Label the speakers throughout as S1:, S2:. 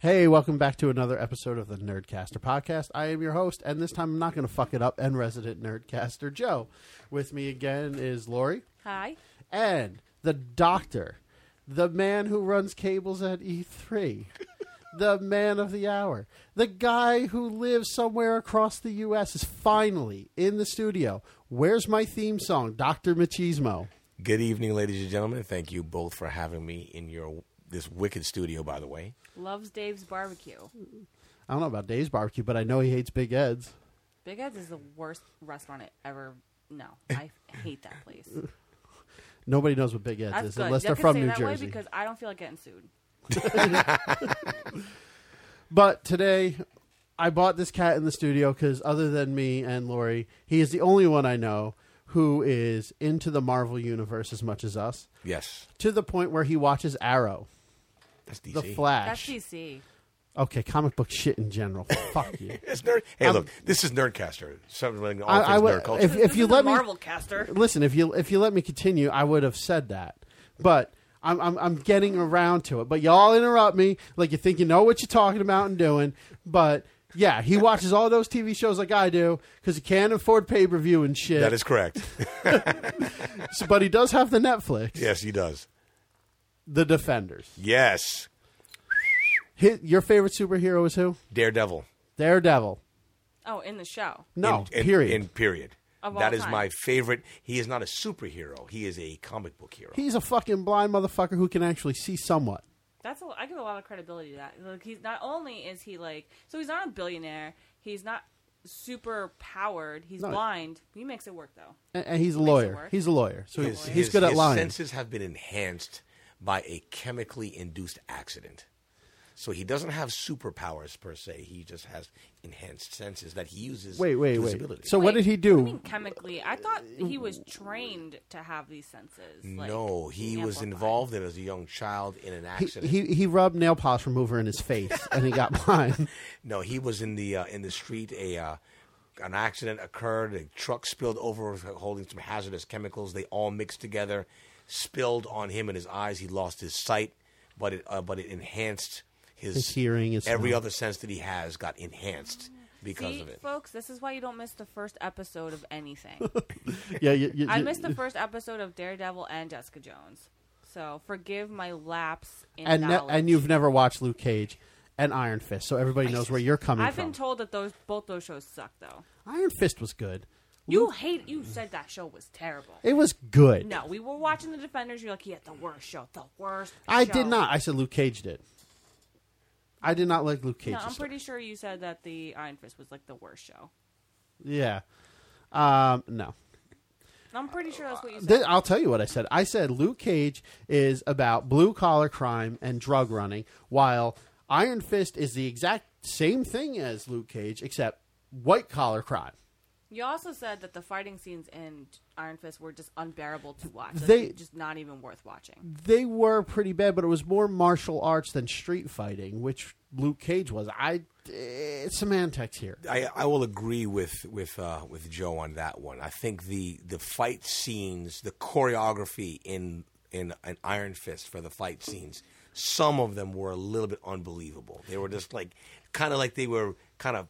S1: Hey, welcome back to another episode of the Nerdcaster podcast. I am your host, and this time I'm not going to fuck it up. And resident Nerdcaster Joe, with me again is Lori
S2: Hi.
S1: and the Doctor, the man who runs cables at E3, the man of the hour, the guy who lives somewhere across the U.S. is finally in the studio. Where's my theme song, Doctor Machismo?
S3: Good evening, ladies and gentlemen. Thank you both for having me in your this wicked studio. By the way,
S2: Loves Dave's barbecue.
S1: I don't know about Dave's barbecue, but I know he hates Big Ed's.
S2: Big Ed's is the worst restaurant I ever. No, I hate that place.
S1: Nobody knows what Big Ed's
S2: That's
S1: is
S2: good.
S1: unless
S2: You
S1: they're
S2: can
S1: from
S2: say
S1: New
S2: that
S1: Jersey.
S2: Way because I don't feel like getting sued.
S1: But today, I bought this cat in the studio because other than me and Lori, he is the only one I know who is into the Marvel universe as much as us.
S3: yes,
S1: To the point where he watches Arrow,
S3: that's DC.
S1: The
S2: That's
S1: Flash.
S2: DC.
S1: okay, comic book shit in general. Fuck you.
S3: It's nerd. Hey, look, this is Nerdcaster. Something like all
S1: I-
S3: things
S1: I would-
S3: nerd culture.
S1: if- if
S2: This
S1: you
S2: is
S1: let
S2: a
S1: me-
S2: Marvel caster.
S1: Listen, if you if you let me continue, I would have said that. But I'm, I'm I'm getting around to it. But y'all interrupt me like you think you know what you're talking about and doing. But yeah, he watches all those TV shows like I do because he can't afford pay per view and shit.
S3: that is correct.
S1: So- but he does have the Netflix,
S3: yes, he does.
S1: The Defenders.
S3: Yes,
S1: Hi your favorite superhero is who?
S3: Daredevil.
S1: Daredevil.
S2: Oh, in the show.
S1: No,
S3: in, in-
S1: period.
S3: In period.
S2: Of all
S3: That is
S2: time.
S3: my favorite. He is not a superhero. He is a comic book hero.
S1: He's a fucking blind motherfucker who can actually see somewhat.
S2: That's a, I give a lot of credibility to that. Like he's not only is he like so he's not a billionaire. He's not super powered. He's
S1: No.
S2: blind. He makes it work though.
S1: And, and he's a
S2: makes it
S1: lawyer.
S2: work.
S1: He's a lawyer. So
S3: His-
S1: he's, he's
S3: his-
S1: good at
S3: his
S1: lying.
S3: senses have been enhanced by a chemically induced accident. So he doesn't have superpowers per se. He just has enhanced senses that he uses.
S1: Wait, wait,
S3: to his
S1: wait.
S3: ability.
S1: So what
S2: Wait,
S1: did he
S2: do you
S1: do?
S2: mean chemically, I thought he was trained to have these senses. like,
S3: no, he was
S2: amplified.
S3: involved in as a young child in an
S1: He,
S3: accident.
S1: he he rubbed nail polish remover in his face and he got blind.
S3: no, he was in the uh, in the street. A uh, an accident occurred. A truck spilled over, holding some hazardous chemicals. They all mixed together, spilled on him and his eyes. He lost his sight, but it uh, but it enhanced his,
S1: His hearing, his
S3: every
S1: smell.
S3: other sense that he has got enhanced because
S2: See,
S3: of it.
S2: folks, this is why you don't miss the first episode of anything.
S1: yeah, you, you,
S2: I
S1: you-
S2: missed the first episode of Daredevil and Jessica Jones, so forgive my lapse in
S1: and ne-
S2: knowledge.
S1: and you've never watched Luke Cage and Iron Fist, so everybody knows where you're coming
S2: I've
S1: from.
S2: been told that those both those shows suck, though.
S1: Iron Fist was good.
S2: You hate. You said that show was terrible.
S1: It was good.
S2: No, we were watching the Defenders. You're like, yeah, the worst show, the worst.
S1: I
S2: show."
S1: did not. I said Luke Cage did. I did not like Luke Cage.
S2: No, I'm pretty sure you said that the Iron Fist was like the worst show.
S1: Yeah. Um, no.
S2: I'm pretty sure that's what you said.
S1: Th- I'll tell you what I said. I said Luke Cage is about blue collar crime and drug running, while Iron Fist is the exact same thing as Luke Cage, except white collar crime.
S2: You also said that the fighting scenes in Iron Fist were just unbearable to watch. Like,
S1: They-
S2: just not even worth watching.
S1: They were pretty bad, but it was more martial arts than street fighting, which Luke Cage was. I it's semantics here.
S3: I, I will agree with with uh, with Joe on that one. I think the the fight scenes, the choreography in in an Iron Fist for the fight scenes, some of them were a little bit unbelievable. They were just like kind of like they were kind of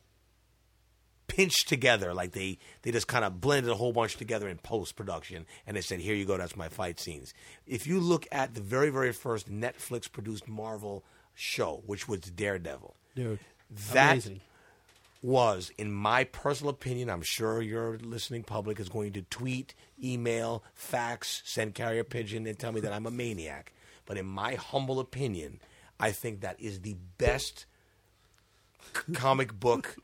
S3: pinched together, like they they just kind of blended a whole bunch together in post production, and they said, "Here you go, that's my fight scenes." If you look at the very very first Netflix produced Marvel show, which was Daredevil,
S1: Dude.
S3: that
S1: Amazing.
S3: was, in my personal opinion, I'm sure your listening public is going to tweet, email, fax, send carrier pigeon, and tell me that I'm a maniac. But in my humble opinion, I think that is the best c- comic book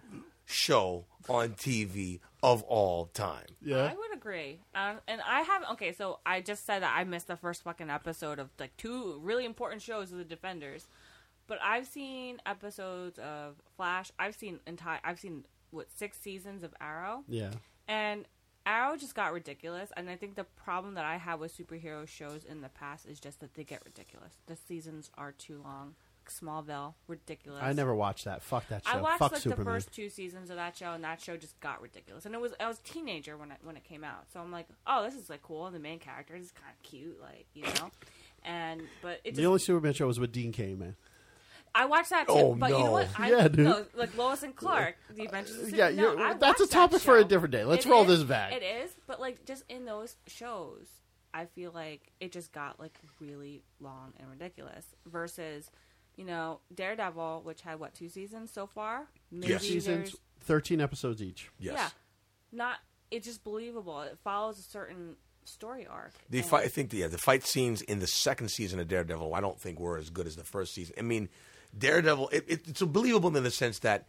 S3: show on TV of all time.
S1: Yeah.
S2: I would agree. Um, and I have okay. So I just said that I missed the first fucking episode of like two really important shows of the Defenders, but I've seen episodes of Flash. I've seen entire. I've seen what six seasons of Arrow.
S1: Yeah.
S2: And Arrow just got ridiculous, and I think the problem that I have with superhero shows in the past is just that they get ridiculous. The seasons are too long. Smallville, ridiculous.
S1: I never watched that. Fuck that show.
S2: I watched
S1: Fuck
S2: like
S1: Superman.
S2: the first two seasons of that show, and that show just got ridiculous. And it was I was a teenager when it, when it came out, so I'm like, oh, this is like cool. And the main character is kind of cute, like you know. And but it
S1: the only
S2: just,
S1: Superman show was with Dean Kane, man.
S2: I watched that too.
S3: Oh,
S2: but you
S3: no.
S2: know what? I,
S1: Yeah, dude.
S2: No, like Lois and Clark, The Adventures of
S1: Yeah,
S2: Superman.
S1: you're-
S2: No, I
S1: that's a
S2: watched that
S1: topic for a
S2: show.
S1: different day. Let's
S2: It
S1: roll
S2: is-
S1: this back.
S2: It is, but like just in those shows, I feel like it just got like really long and ridiculous. Versus, you know, Daredevil, which had what two seasons so far? Maybe
S1: Two seasons,
S2: there's-
S1: thirteen episodes each.
S3: Yes.
S2: Yeah, not it's just believable. It follows a certain story arc.
S3: The
S2: and-
S3: fight, I think, yeah, the fight scenes in the second season of Daredevil, I don't think were as good as the first season. I mean, Daredevil, it, it, it's believable in the sense that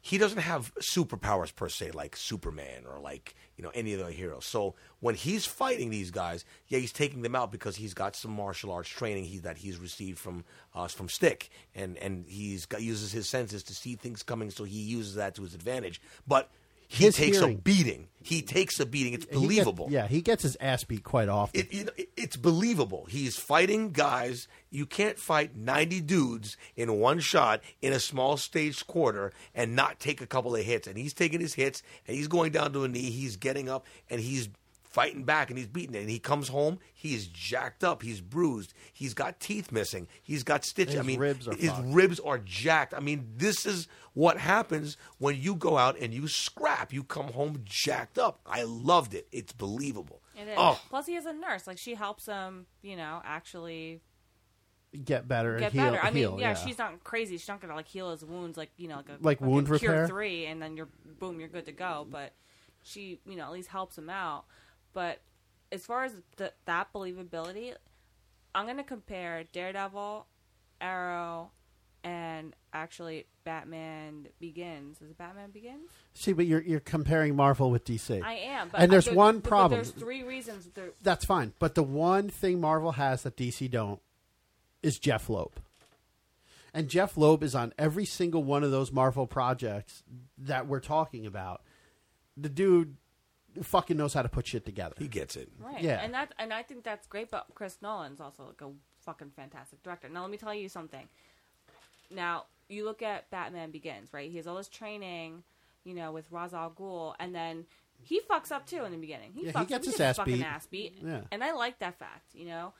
S3: he doesn't have superpowers per se, like Superman or like you know any other hero. So when he's fighting these guys, yeah, he's taking them out because he's got some martial arts training he, that he's received from uh, from Stick, and and he's got, uses his senses to see things coming, so he uses that to his advantage. But he
S1: His
S3: takes
S1: hearing.
S3: a beating. He takes a beating. It's
S1: He gets-
S3: believable
S1: yeah, he gets his ass beat quite often.
S3: it, you know, it- it's believable. He's fighting guys. You can't fight 90 dudes in one shot in a small stage quarter and not take a couple of hits. And he's taking his hits and he's going down to a knee. He's getting up and he's fighting back and he's beating it. And he comes home. He's jacked up. He's bruised. He's got teeth missing. He's got stitches. I
S1: His
S3: mean,
S1: ribs are
S3: his
S1: fucked.
S3: ribs are jacked. I mean, this is what happens when you go out and you scrap. You come home jacked up. I loved it. It's believable.
S2: It is.
S3: Oh,
S2: Plus, he is a nurse. Like she helps him, you know, actually
S1: get better and
S2: get
S1: heal.
S2: better. I mean,
S1: heal,
S2: yeah, she's not crazy. She's not gonna like heal his wounds, like you know, like a
S1: Like
S2: fucking
S1: wound
S2: cure
S1: repair?
S2: three, and then you're boom, you're good to go. But she, you know, at least helps him out. But as far as the, that believability, I'm gonna compare Daredevil, Arrow, and actually Batman Begins. Is it Batman Begins?
S1: See, but you're you're comparing Marvel with DC.
S2: I am. But
S1: And there's
S2: there-
S1: one
S2: but
S1: problem.
S2: There's three reasons. There,
S1: That's fine. But the one thing Marvel has that DC don't is Jeff Loeb. And Jeff Loeb is on every single one of those Marvel projects that we're talking about. The dude fucking knows how to put shit together.
S3: He gets it.
S2: Right.
S1: Yeah.
S2: And that and I think that's great, but Chris Nolan's also like a fucking fantastic director. Now let me tell you something. Now, you look at Batman Begins, right? He has all this training, you know, with Ra's al Ghul and then he fucks up too in the beginning. He
S1: Yeah, he
S2: fucks up.
S1: gets
S2: he
S1: his
S2: gets
S1: ass
S2: fucking
S1: beat.
S2: ass beat.
S1: Yeah.
S2: And I like that fact, you know.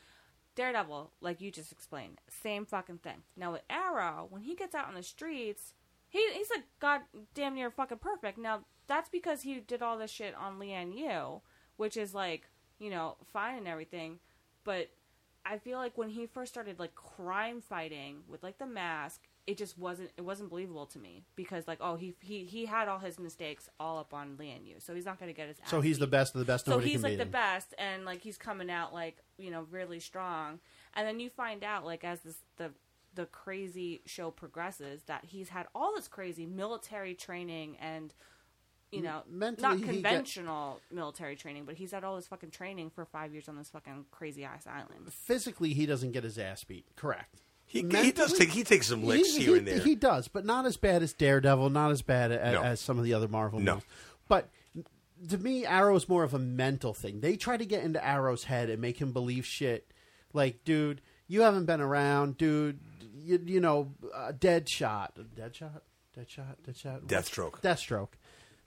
S2: Daredevil, like you just explained, same fucking thing. Now with Arrow, when he gets out on the streets, he he's like god damn near fucking perfect. Now that's because he did all this shit on Leanne Yu, which is like you know fine and everything, but I feel like when he first started like crime fighting with like the mask, it just wasn't it wasn't believable to me because like oh he he he had all his mistakes all up on Leanne Yu, so he's not gonna get his ass
S1: so he's the
S2: beat
S1: best of the best.
S2: so
S1: Nobody
S2: he's
S1: can
S2: like
S1: beat
S2: the
S1: him.
S2: best and like he's coming out like you know really strong and then you find out like as this the the crazy show progresses that he's had all this crazy military training and you know
S1: mentally,
S2: not
S1: he get-
S2: conventional military training but he's had all this fucking training for five years on this fucking crazy ass island
S1: Physically, he doesn't get his ass beat. Correct.
S3: He, he
S1: Mentally-
S3: does take he takes some licks
S1: he,
S3: here
S1: he-
S3: and there.
S1: He does, but not as bad as Daredevil, not as bad a-
S3: No.
S1: as some of the other Marvel
S3: No.
S1: movies. But to me, Arrow is more of a mental thing. They try to get into Arrow's head and make him believe shit. Like, dude, you haven't been around, dude. You, you know, uh, Deadshot, Deadshot, Deadshot, Deadshot,
S3: Deathstroke.
S1: Deathstroke,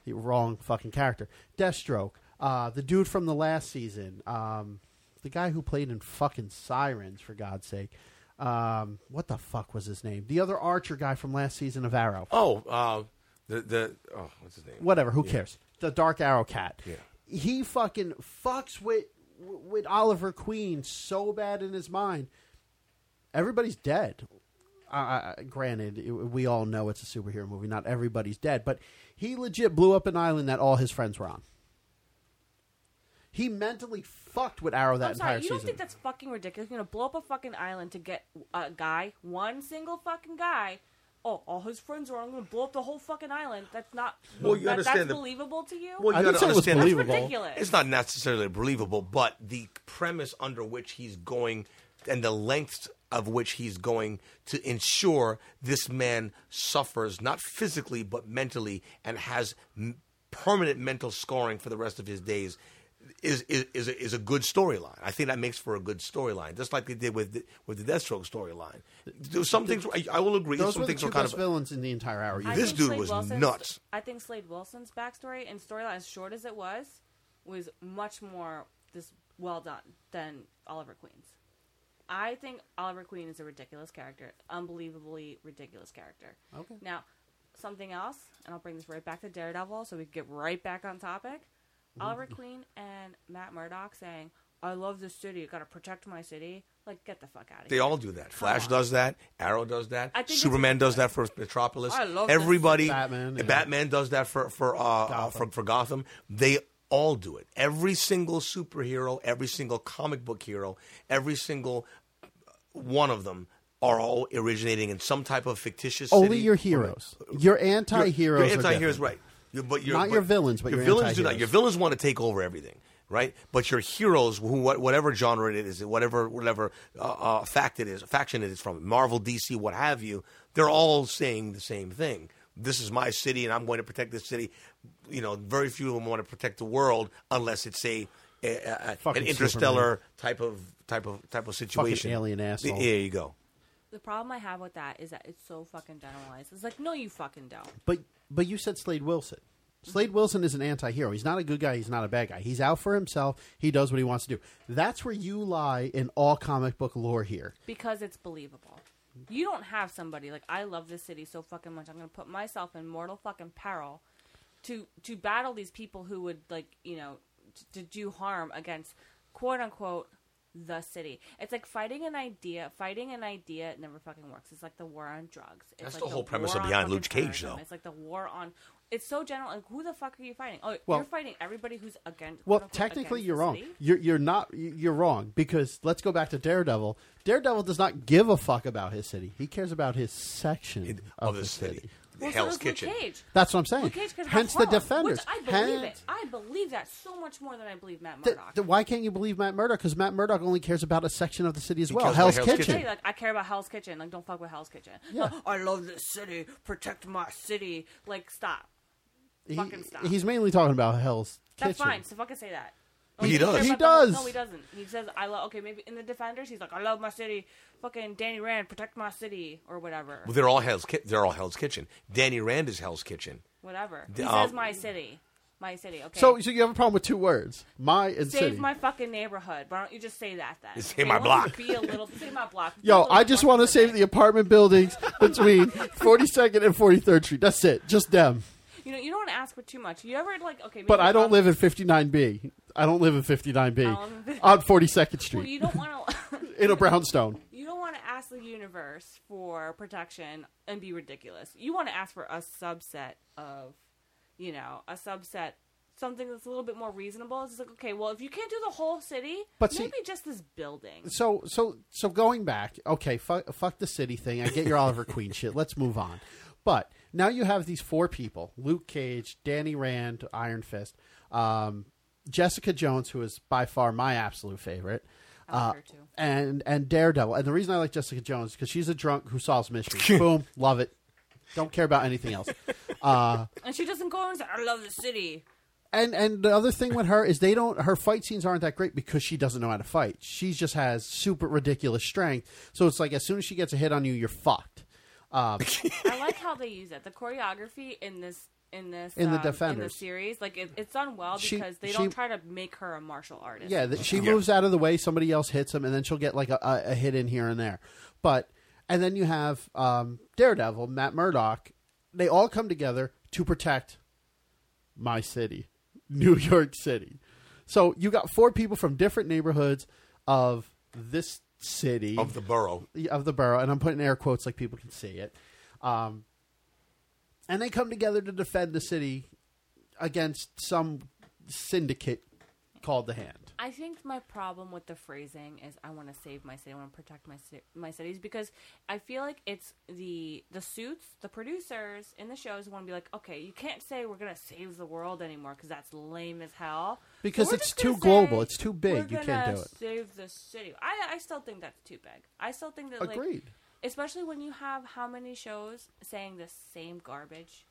S1: the wrong fucking character. Deathstroke, uh, the dude from the last season, um, the guy who played in fucking Sirens, for God's sake. Um, what the fuck was his name? The other Archer guy from last season of Arrow
S3: oh, uh, the the oh, what's his name?
S1: whatever. Who cares? The Dark Arrow cat.
S3: Yeah.
S1: He fucking fucks with with Oliver Queen so bad in his mind. Everybody's dead. Uh, granted, it- we all know it's a superhero movie. Not everybody's dead, but he legit blew up an island that all his friends were on. He mentally fucked with Arrow that
S2: I'm sorry,
S1: entire
S2: you don't
S1: season.
S2: think that's fucking ridiculous? You're gonna blow up a fucking island to get a guy, one single fucking guy. Oh, all his friends are. I'm gonna blow up the whole fucking island. That's not.
S3: Well, you
S2: that-
S3: understand
S2: that's
S3: the-
S2: believable to you.
S3: Well, you
S1: I
S3: gotta
S1: didn't say it was
S3: understand-
S1: believable.
S2: That's ridiculous.
S3: It's not necessarily believable, but the premise under which he's going and the lengths of which he's going to ensure this man suffers not physically but mentally and has m- permanent mental scarring for the rest of his days is is is a, is a good storyline. I think that makes for a good storyline, just like they did with the, with the Deathstroke storyline. There's Some things I, I will agree.
S1: Those
S3: some
S1: were the
S3: things
S1: two
S3: are kind
S1: best
S3: of
S1: villains in the entire Arrow.
S2: I
S1: universe.
S3: This
S2: think
S3: dude
S2: Slade
S3: was
S2: Wilson's-
S3: nuts.
S2: I think Slade Wilson's backstory and storyline, as short as it was, was much more this well done than Oliver Queen's. I think Oliver Queen is a ridiculous character, unbelievably ridiculous character.
S1: Okay.
S2: Now, something else, and I'll bring this right back to Daredevil, so we can get right back on topic.
S3: Mm-hmm.
S2: Oliver Queen and Matt Murdock saying, "I love this city. Got to protect my city." Like, get the fuck out of
S3: They
S2: here.
S3: all do that. Flash
S2: on.
S3: does that. Arrow does
S2: I
S3: that.
S2: think it's-
S3: Superman does that for Metropolis.
S2: I love this.
S3: everybody.
S1: Batman, yeah.
S3: Batman does that for for uh, uh, for, for Gotham. They all do it. Every single superhero, every single comic book hero, every single uh, one of them are all originating in some type of fictitious.
S1: Only
S3: city.
S1: your heroes. Your anti-heroes.
S3: Your
S1: are
S3: anti-heroes,
S1: different.
S3: right? Your- But your,
S1: Not your villains, but your
S3: villains do that.
S1: anti-heroes.
S3: Your villains want to take over everything, right? But your heroes, who what- whatever genre it is, whatever whatever uh, uh, fact it is, faction it is from, Marvel, DC, what have you, they're all saying the same thing. This is my city, and I'm going to protect this city. You know, very few of them want to protect the world unless it's a, a, a- an
S1: Fucking
S3: interstellar type of type of type of situation.
S1: alien asshole.
S3: There you go.
S2: The problem I have with that is that it's so fucking generalized. It's like, no, you fucking don't.
S1: But but you said Slade Wilson. Slade Wilson is an anti-hero. He's not a good guy. He's not a bad guy. He's out for himself. He does what he wants to do. That's where you lie in all comic book lore here.
S2: because it's believable. You don't have somebody like I love this city so fucking much. I'm gonna put myself in mortal fucking peril to to battle these people who would like you know t- to do harm against quote unquote the city. It's like fighting an idea. Fighting an idea never fucking works. It's like the war on drugs. It's
S3: That's
S2: like
S3: the whole premise
S2: war
S3: of
S2: on
S3: Beyond
S2: fucking
S3: Luke Cage,
S2: terrorism.
S3: though.
S2: It's like the war on. It's so general. Like who the fuck are you fighting? Oh,
S1: Well-
S2: you're fighting everybody who's against.
S1: Well,
S2: quote-unquote,
S1: technically,
S2: against
S1: you're
S2: the
S1: wrong.
S2: city.
S1: You're you're not you're wrong because let's go back to Daredevil. Daredevil does not give a fuck about his city. He cares about his section
S3: Of the city,
S2: Well, so
S3: Hell's
S2: does Luke
S3: Kitchen.
S2: Cage.
S1: That's what I'm saying.
S2: Luke Cage could have
S1: Hence the
S2: Harlem,
S1: defenders.
S2: Which I believe
S1: Hence-
S2: it. I believe that so much more than I believe Matt
S1: Th-
S2: Murdock.
S1: th- why can't you believe Matt Murdock? Because Matt Murdock only cares about a section of the city as well.
S3: cares
S1: Hell's,
S3: about Hell's
S1: Kitchen.
S3: Kitchen.
S2: Hey, like I care about Hell's Kitchen. Like don't fuck with Hell's Kitchen.
S1: Yeah.
S2: I love this city. Protect my city. Like stop.
S1: He-
S2: Fucking stop.
S1: He's mainly talking about Hell's
S2: That's
S1: Kitchen.
S2: fine. So fucking say that.
S3: But
S2: Oh,
S3: he
S2: you care
S3: does.
S1: He
S2: about the-
S1: does.
S2: No, he doesn't. He says I love. Okay, maybe in the Defenders, he's like I love my city. Fucking Danny Rand, protect my city or whatever.
S3: Well, they're all Hell's. Ki- They're all Hell's Kitchen. Danny Rand is Hell's Kitchen.
S2: Whatever. He
S3: Um,
S2: says my city. My city. Okay.
S1: So, so you have a problem with two words, my and
S2: Save
S1: city.
S2: my fucking neighborhood. Why don't you just say that then?
S3: Save
S2: Okay,
S3: my
S2: won't you
S3: block.
S2: Be a little. Save my block. Be a
S1: Yo,
S2: little
S1: I just
S2: more
S1: want to
S2: specific.
S1: save the apartment buildings between 42nd and 43rd Street. That's it, just them.
S2: You know, you don't ask for too much. You ever like okay, maybe
S1: But I don't
S2: not-
S1: live in 59B. I don't live in 59B
S2: don't live in-
S1: on 42nd
S2: Well,
S1: Street
S2: you don't want to.
S1: in a brownstone.
S2: you don't want to ask the universe for protection and be ridiculous. You want to ask for a subset of, you know, a subset something that's a little bit more reasonable. It's just like okay, well, if you can't do the whole city,
S1: But see-
S2: maybe just this building.
S1: So, so, so going back. Okay, fuck, fuck the city thing. I get your Oliver Queen shit. Let's move on. But now you have these four people: Luke Cage, Danny Rand, Iron Fist, um, Jessica Jones, who is by far my absolute favorite.
S2: I
S1: Uh,
S2: like her too.
S1: and and Daredevil. And the reason I like Jessica Jones because she's a drunk who solves mysteries. Boom, love it. Don't care about anything else.
S2: And she doesn't go and say, "I love the city."
S1: And and the other thing with her is they don't her fight scenes aren't that great because she doesn't know how to fight. She just has super ridiculous strength. So it's like as soon as she gets a hit on you, you're fucked.
S2: I like how they use it. The choreography in this in this
S1: In the
S2: um, in the
S1: Defenders.
S2: series, like it, it's done well
S1: She-
S2: because they
S1: she-
S2: don't try to make her a martial artist.
S1: Yeah, that she
S3: Yeah.
S1: moves out of the way, somebody else hits him, and then she'll get like a, a, a hit in here and there. But and then you have um, Daredevil, Matt Murdock. They all come together to protect my city, New York City. So you got four people from different neighborhoods of this city
S3: of the borough.
S1: of the borough, and I'm putting air quotes like people can see it. Um, and they come together to defend the city against some syndicate called the Hand.
S2: I think my problem with the phrasing is I want to save my city, I want to protect my ci- my cities because I feel like it's the the suits, the producers in the shows want to be like, okay, you can't say we're gonna save the world anymore because that's lame as hell. So
S1: Because
S2: we're
S1: it's
S2: just gonna
S1: too global,
S2: say,
S1: it's too big,
S2: "We're
S1: you can't
S2: gonna
S1: do it."
S2: Save the city. I I still think that's too big. I still think that like,
S1: Agreed.
S2: especially when you have how many shows saying the same garbage.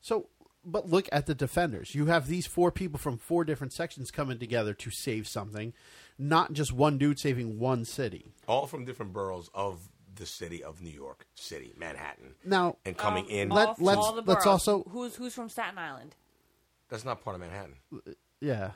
S1: So, but look at the defenders. You have these four people from four different sections coming together to save something, not just one dude saving one city.
S3: all from different boroughs of the city of New York City, Manhattan.
S1: Now- uh, um,
S3: and coming in,
S1: Let-
S2: All-
S1: let's-
S2: all the
S1: let's
S2: boroughs.
S1: also-
S2: who's who's from Staten Island.
S3: that's not part of Manhattan.
S1: Yeah.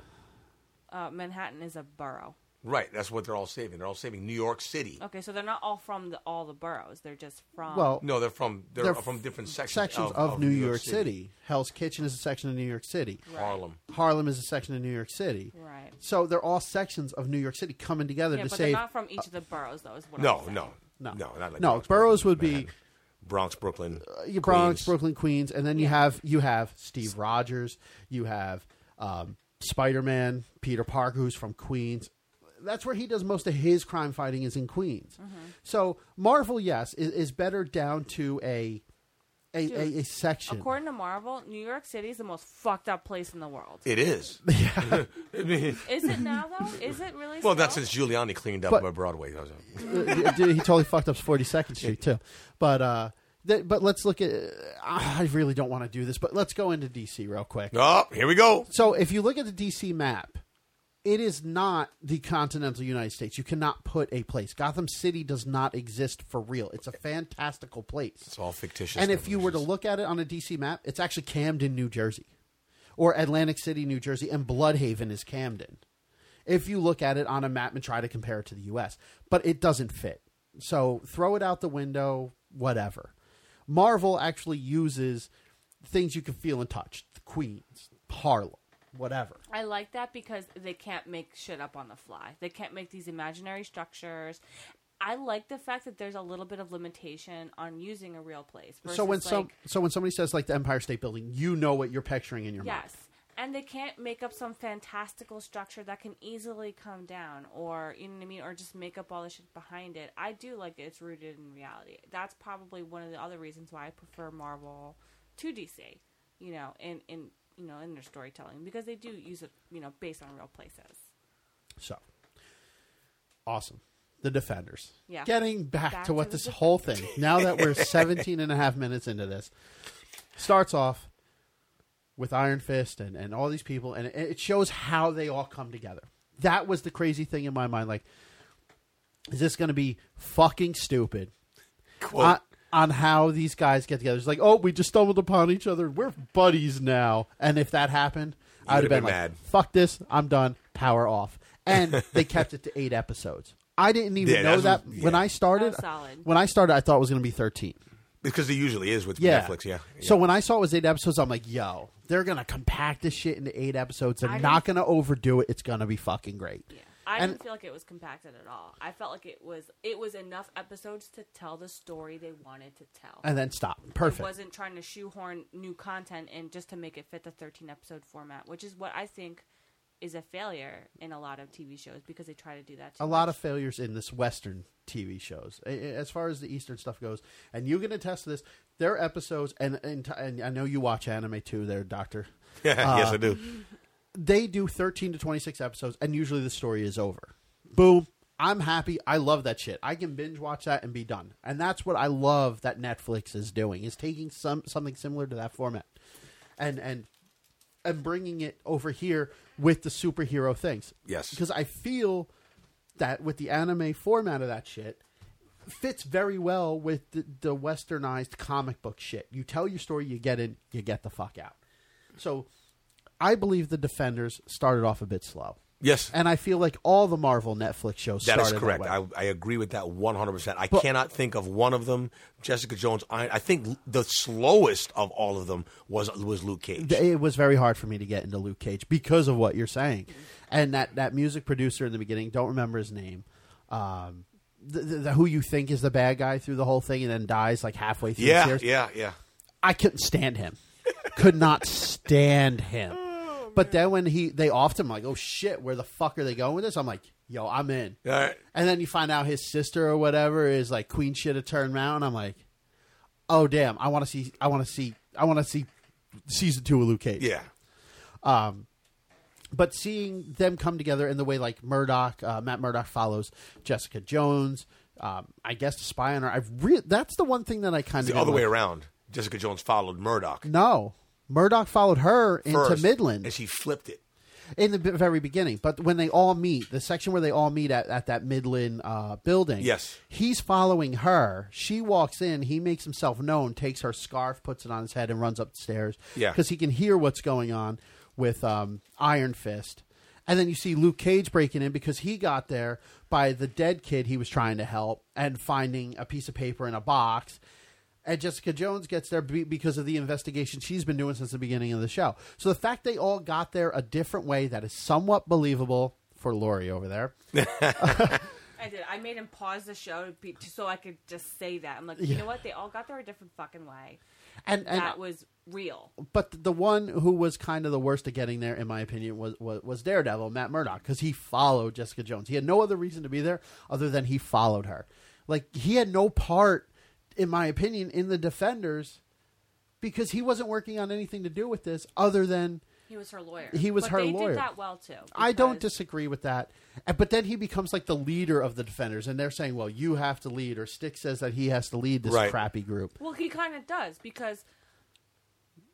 S2: Uh, Manhattan is a borough.
S3: Right, that's what they're all saving. They're all saving New York City.
S2: Okay, so they're not all from the, all the boroughs. They're just from.
S1: Well,
S3: No, they're from they're,
S1: They're
S3: from different sections,
S1: sections of, New York, City. Hell's Kitchen is a section of New York City.
S2: Right.
S3: Harlem.
S1: Harlem is a section of New York City.
S2: Right.
S1: So they're all sections of New York City coming together
S2: Yeah,
S1: to
S2: but
S1: save. uh,
S2: they're not from each of the boroughs, though. Is what
S3: No,
S2: I'm saying.
S3: no,
S1: No.
S3: no, not like
S1: No,
S3: Bronx,
S1: boroughs
S3: Brooklyn,
S1: would be-
S3: Manhattan. Bronx, Brooklyn,
S1: your Bronx,
S3: Queens.
S1: Brooklyn, Queens, and then you have you have Steve Rogers, you have um, Spider Man, Peter Parker, who's from Queens. That's where he does most of his crime fighting is in Queens. So Marvel, yes, is, is better down to a a, a, a section.
S2: According to Marvel, New York City is the most fucked up place in the world.
S3: It is. I mean,
S2: Is it now though? Is it really?
S3: well, that's
S2: still?
S3: since Giuliani cleaned up
S1: But-
S3: uh, Broadway. That was-
S1: Uh, Dude, he totally fucked up 42nd Street too. But uh, th- but let's look at. I really don't want to do this, but let's go into DC real quick.
S3: Oh, here we go.
S1: So if you look at the DC map, it is not the continental United States. You cannot put a place. Gotham City does not exist for real. It's a fantastical place.
S3: It's all fictitious.
S1: And if you were to
S3: revolutions.
S1: look at it on a DC map, it's actually Camden, New Jersey, or Atlantic City, New Jersey, and Bloodhaven is Camden. If you look at it on a map and try to compare it to the US, but it doesn't fit. So throw it out the window, whatever. Marvel actually uses things you can feel and touch Queens, Harlem, whatever.
S2: I like that because they can't make shit up on the fly. They can't make these imaginary structures. I like the fact that there's a little bit of limitation on using a real place.
S1: so when
S2: versus,
S1: some
S2: like,
S1: so when somebody says like the Empire State Building, you know what you're picturing in your mind.
S2: yes, and they can't make up some fantastical structure that can easily come down, or you know what I mean, or just make up all the shit behind it. I do like that it's rooted in reality. That's probably one of the other reasons why I prefer Marvel to DC. You know, in in you know in their storytelling because they do use it you know based on real places.
S1: So awesome. The defenders.
S2: Yeah.
S1: Getting back,
S2: Back
S1: to what
S2: to the
S1: this whole thing, now that we're 17 and a half minutes into this, starts off with Iron Fist and, and all these people, and it, it shows how they all come together. That was the crazy thing in my mind. Like, is this going to be fucking stupid?
S3: Quote,
S1: on, on how these guys get together. It's like, oh, we just stumbled upon each other. We're buddies now. And if that happened, I'd have
S3: would've
S1: been,
S3: been
S1: like,
S3: mad.
S1: fuck this. I'm done. Power off. And they kept it to eight episodes. I didn't even
S3: Yeah,
S1: know
S3: that's
S1: that
S3: what-
S1: when
S3: yeah.
S1: I started.
S2: That was solid.
S1: When I started, I thought it was going to be thirteen.
S3: because it usually is with
S1: Yeah,
S3: Netflix. Yeah.
S1: So when I saw it was eight episodes, I'm like, "Yo, they're going to compact this shit into eight episodes. They're
S2: I
S1: not going to overdo it. It's going to be fucking great."
S2: Yeah. I
S1: And-
S2: didn't feel like it was compacted at all. I felt like it was it was enough episodes to tell the story they wanted to tell.
S1: And then stop.
S2: It
S1: Perfect.
S2: wasn't trying to shoehorn new content in just to make it fit the 13 episode format, which is what I think is a failure in a lot of TV shows because they try to do that. Too
S1: a lot of failures in this Western TV shows A- a- as far as the Eastern stuff goes. And you can attest to this. Their episodes, and and, and I know you watch anime too, there, Doctor.
S3: yes, I do.
S1: uh, They do thirteen to twenty six episodes, and usually the story is over. Boom. I'm happy. I love that shit. I can binge watch that and be done. And that's what I love that Netflix is doing is taking some something similar to that format, and and and bringing it over here with the superhero things.
S3: Yes.
S1: because I feel that with the anime format of that shit fits very well with the, the westernized comic book shit. You tell your story, you get in, you get the fuck out. So I believe the Defenders started off a bit slow.
S3: Yes.
S1: And I feel like all the Marvel Netflix shows
S3: That is
S1: started
S3: correct.
S1: way.
S3: I, I agree with that 100%. I cannot think of one of them. Jessica Jones, I, I think the slowest of all of them was was Luke Cage.
S1: Th- it was very hard for me to get into Luke Cage because of what you're saying, and that that music producer in the beginning don't remember his name. Um, the, the, the, who you think is the bad guy through the whole thing and then dies like halfway through the
S3: yeah,
S1: series.
S3: yeah, yeah.
S1: I couldn't stand him. Could not stand him.
S3: Oh,
S1: but then when he they offed him like, oh shit, where the fuck are they going with this? I'm like, yo, I'm in.
S3: All right.
S1: And then you find out his sister or whatever is like Queen shit of Turn Mountain. I'm like, oh damn, I want to see, I want to see, I want to see season two of Luke Cage
S3: Yeah.
S1: but seeing them come together in the way like Murdoch, uh, Matt Murdoch follows Jessica Jones, um, I guess to spy on her. I've re- that's the one thing that I kind of
S3: The other way around. Jessica Jones followed Murdoch
S1: No, Murdoch followed her into
S3: first,
S1: Midland
S3: and she flipped it.
S1: in the b- very beginning. But when they all meet, the section where they all meet at, at that Midland uh, building,
S3: Yes.
S1: he's following her. She walks in, he makes himself known, takes her scarf, puts it on his head, and runs upstairs.
S3: Yeah.
S1: because he can hear what's going on with um, Iron Fist. And then you see Luke Cage breaking in because he got there by the dead kid he was trying to help and finding a piece of paper in a box. And Jessica Jones gets there be- because of the investigation she's been doing since the beginning of the show. So the fact they all got there a different way that is somewhat believable for Lori over there.
S2: I did. I made him pause the show to be, so I could just say that. I'm like, you know what? They all got there a different fucking way.
S1: And, and
S2: that was real.
S1: but the one who was kind of the worst at getting there, in my opinion, was was, was Daredevil, Matt Murdock, because he followed Jessica Jones. He had no other reason to be there other than he followed her. Like he had no part, in my opinion, in the Defenders, because he wasn't working on anything to do with this other than
S2: He was her lawyer.
S1: He was
S2: But
S1: her
S2: they
S1: lawyer.
S2: Did that well too.
S1: I don't
S2: because-
S1: disagree with that. And- But then he becomes like the leader of the Defenders, and they're saying, "Well, you have to lead," or Stick says that he has to lead this
S3: Right.
S1: crappy group.
S2: Well, he kind of does because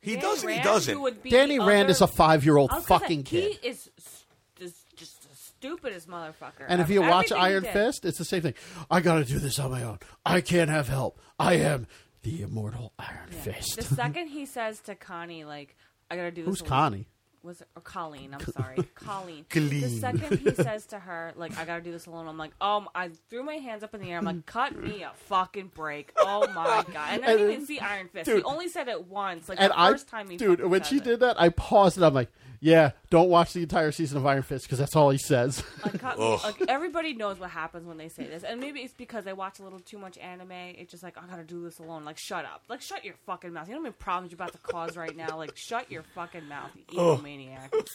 S3: He
S2: Danny
S3: does and he
S2: Rand,
S3: doesn't.
S2: who would be
S1: Danny
S2: the
S1: Rand
S2: other-
S1: is a five-year-old
S2: I was gonna say,
S1: fucking kid.
S2: He is s- is just the stupidest motherfucker.
S1: And if
S2: ever.
S1: you watch
S2: Everything he
S1: Iron
S2: did.
S1: Fist, it's the same thing. I got to do this on my own. I can't have help. I am the immortal Iron
S2: the
S1: Fist.
S2: second he says to Connie, like, "I gotta do this."
S1: Who's
S2: alone,"
S1: Connie?
S2: Was it, or Colleen? I'm sorry, Colleen. The
S3: Colleen.
S2: second he says to her, like, "I gotta do this alone," I'm like, "Oh!" I threw my hands up in the air. I'm like, "Cut me a fucking break!" Oh my god! And I didn't even see Iron Fist. he
S1: Dude.
S2: only said it once, like
S1: And
S2: the
S1: I,
S2: first time he.
S1: dude,
S2: fucking
S1: when
S2: says
S1: she
S2: it.
S1: did that, I paused and I'm like, yeah, don't watch the entire season of Iron Fist because that's all he says.
S2: Like, cut me- like, everybody knows what happens when they say this, and maybe it's because I watch a little too much anime. It's just like I gotta do this alone. Like, shut up! Like, shut your fucking mouth! You know how many problems you're about to cause right now? Like, shut your fucking mouth, you evil maniac! It's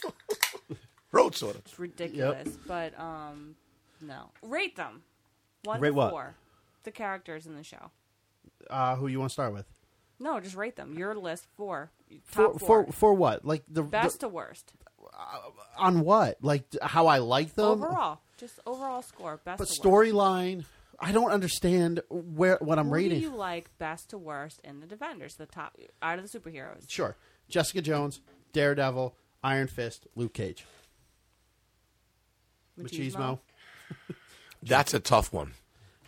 S3: Road soda.
S2: ridiculous. But um, no, rate them one
S1: Rate
S2: to
S1: what?
S2: four. The characters in the show.
S1: uh, who you want to start with?
S2: No, just rate them. Your list four.
S1: For,
S2: Top four.
S1: for for what? Like the, the-
S2: Best to worst
S1: on what? Like d- how I like them.
S2: overall, just overall score. Best.
S1: Um, but
S2: to worst.
S1: storyline. I don't understand where what I'm
S2: Who
S1: reading.
S2: do you like best to worst in the Defenders? The top out of the superheroes.
S1: Sure, Jessica Jones, Daredevil, Iron Fist, Luke Cage, Machismo.
S3: That's a tough one.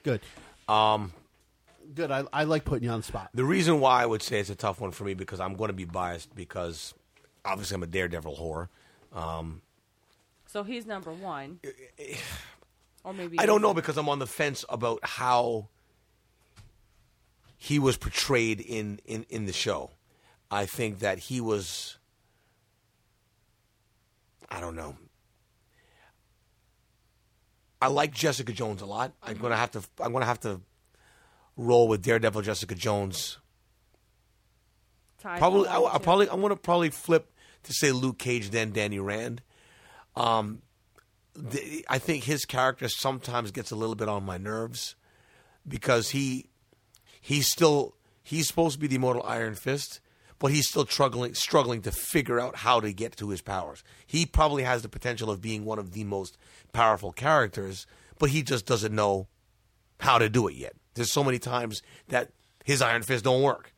S1: Good. Um, good. I, I like putting you on the spot.
S3: The reason why I would say it's a tough one for me because I'm going to be biased because obviously I'm a daredevil whore. Um,
S2: So he's number one. Or maybe
S3: I don't know because I'm on the fence about how he was portrayed in, in, in the show. I think that he was, I don't know. I like Jessica Jones a lot. I'm gonna have to. I'm gonna have to roll with Daredevil Jessica Jones.
S2: Tied
S3: Probably.
S2: for
S3: I,
S2: number
S3: I
S2: two.
S3: probably. I'm gonna probably flip to say Luke Cage then Danny Rand. Um, the, I think his character sometimes gets a little bit on my nerves because he he's still he's supposed to be the immortal Iron Fist, but he's still struggling struggling to figure out how to get to his powers. He probably has the potential of being one of the most powerful characters, but he just doesn't know how to do it yet. There's so many times that his Iron Fist don't work.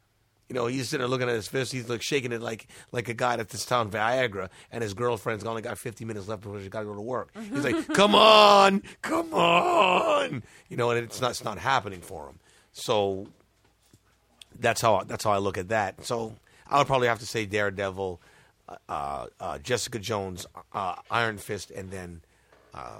S3: You know, he's sitting there looking at his fist. He's like shaking it like like a guy that's just down Viagra, and his girlfriend's only got 15 minutes left before she's got to go to work. He's like, "Come on, come on!" You know, and it's not it's not happening for him. So that's how that's how I look at that. So I would probably have to say Daredevil, uh, uh, Jessica Jones, uh, Iron Fist, and then uh,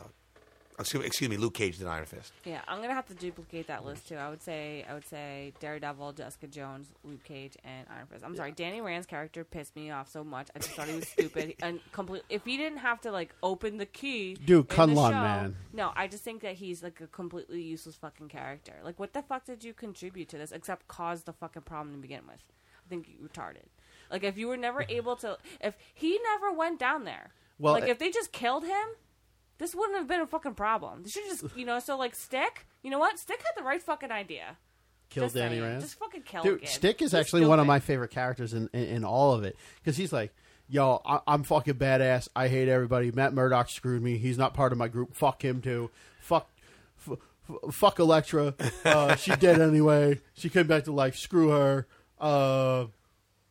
S3: excuse me, excuse me, Luke Cage, then Iron Fist.
S2: Yeah, I'm gonna have to duplicate that list too. I would say I would say Daredevil, Jessica Jones, Luke Cage, and Iron Fist. I'm sorry, Danny Rand's character pissed me off so much. I just thought he was stupid and complete. If he didn't have to like open the key,
S1: Dude,
S2: in
S1: come
S2: the
S1: on,
S2: show-
S1: man.
S2: No, I just think that he's like a completely useless fucking character. Like, what the fuck did you contribute to this except cause the fucking problem to begin with? I think you retarded. Like, if you were never able to, if he never went down there,
S1: Mm-hmm. Well,
S2: like
S1: it-
S2: if they just killed him, this wouldn't have been a fucking problem. They should just, you know, so like Stick, you know what? Stick had the right fucking idea.
S1: Kill
S2: Just
S1: Danny
S2: saying.
S1: Rand.
S2: Just fucking kill
S1: Dude,
S2: him.
S1: Stick is
S2: He's
S1: actually one of
S2: stupid.
S1: my favorite characters in, in, in all of it because he's like, yo, I, I'm fucking badass. I hate everybody. Matt Murdock screwed me. He's not part of my group. Fuck him too. Fuck. F- f- fuck Elektra. Uh, she dead anyway. She came back to life. Screw her. Uh,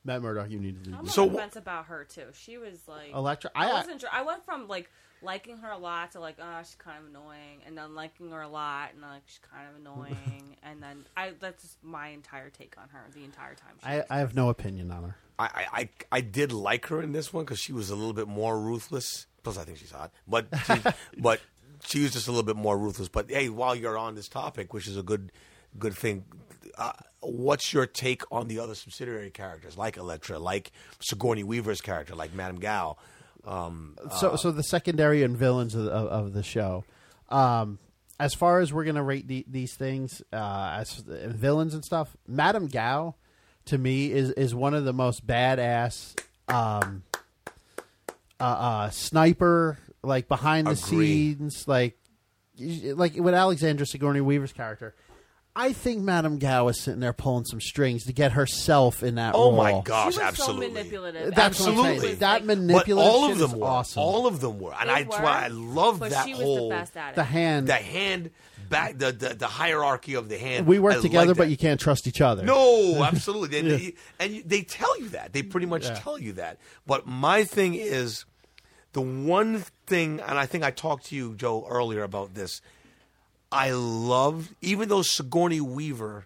S1: Matt Murdock, you need to leave.
S2: I'm
S3: So
S2: on
S3: wh-
S2: the fence about her too. She was like
S1: Electra-
S2: I,
S1: I-
S2: wasn't sure. I went from like liking her a lot to like, oh, she's kind of annoying, and then liking her a lot, and like she's kind of annoying, and then I that's just my entire take on her the entire time. She
S1: I, I have no opinion on her.
S3: I, I, I- I did like her in this one because she was a little bit more ruthless Plus, I think she's hot, but she, but she was just a little bit more ruthless. But hey, while you're on this topic, which is a good good thing, uh, what's your take on the other subsidiary characters like Elektra, like Sigourney Weaver's character, like Madame Gao? Um,
S1: so so the secondary and villains of, of, of the show. Um, as far as we're gonna rate the, these things uh, as the villains and stuff, Madame Gao to me is is one of the most badass um, uh, uh, sniper like behind the
S3: Agree.
S1: scenes like like with Alexandra Sigourney Weaver's character. I think Madame Gao is sitting there pulling some strings to get herself in that
S3: oh
S1: role.
S3: my gosh,
S2: she was
S3: absolutely.
S2: so manipulative.
S1: That's what I'm
S3: Absolutely.
S1: saying. That
S2: Like,
S3: But
S1: manipulative
S3: all
S1: shit
S3: of them
S1: is
S3: were.
S1: awesome.
S3: All of them were, and
S2: they
S3: I, that's why
S2: were,
S3: I love
S2: but
S3: that
S2: she was
S3: whole
S2: the best at it.
S1: the hand.
S3: the hand back the, the the hierarchy of the hand.
S1: we
S3: I
S1: work
S3: like
S1: together,
S3: that.
S1: but you can't trust each other.
S3: No, absolutely. And, they, and you- they tell you that. They pretty much tell you that. But my thing is the one thing, and I think I talked to you, Joe, earlier about this. I loved, even though Sigourney Weaver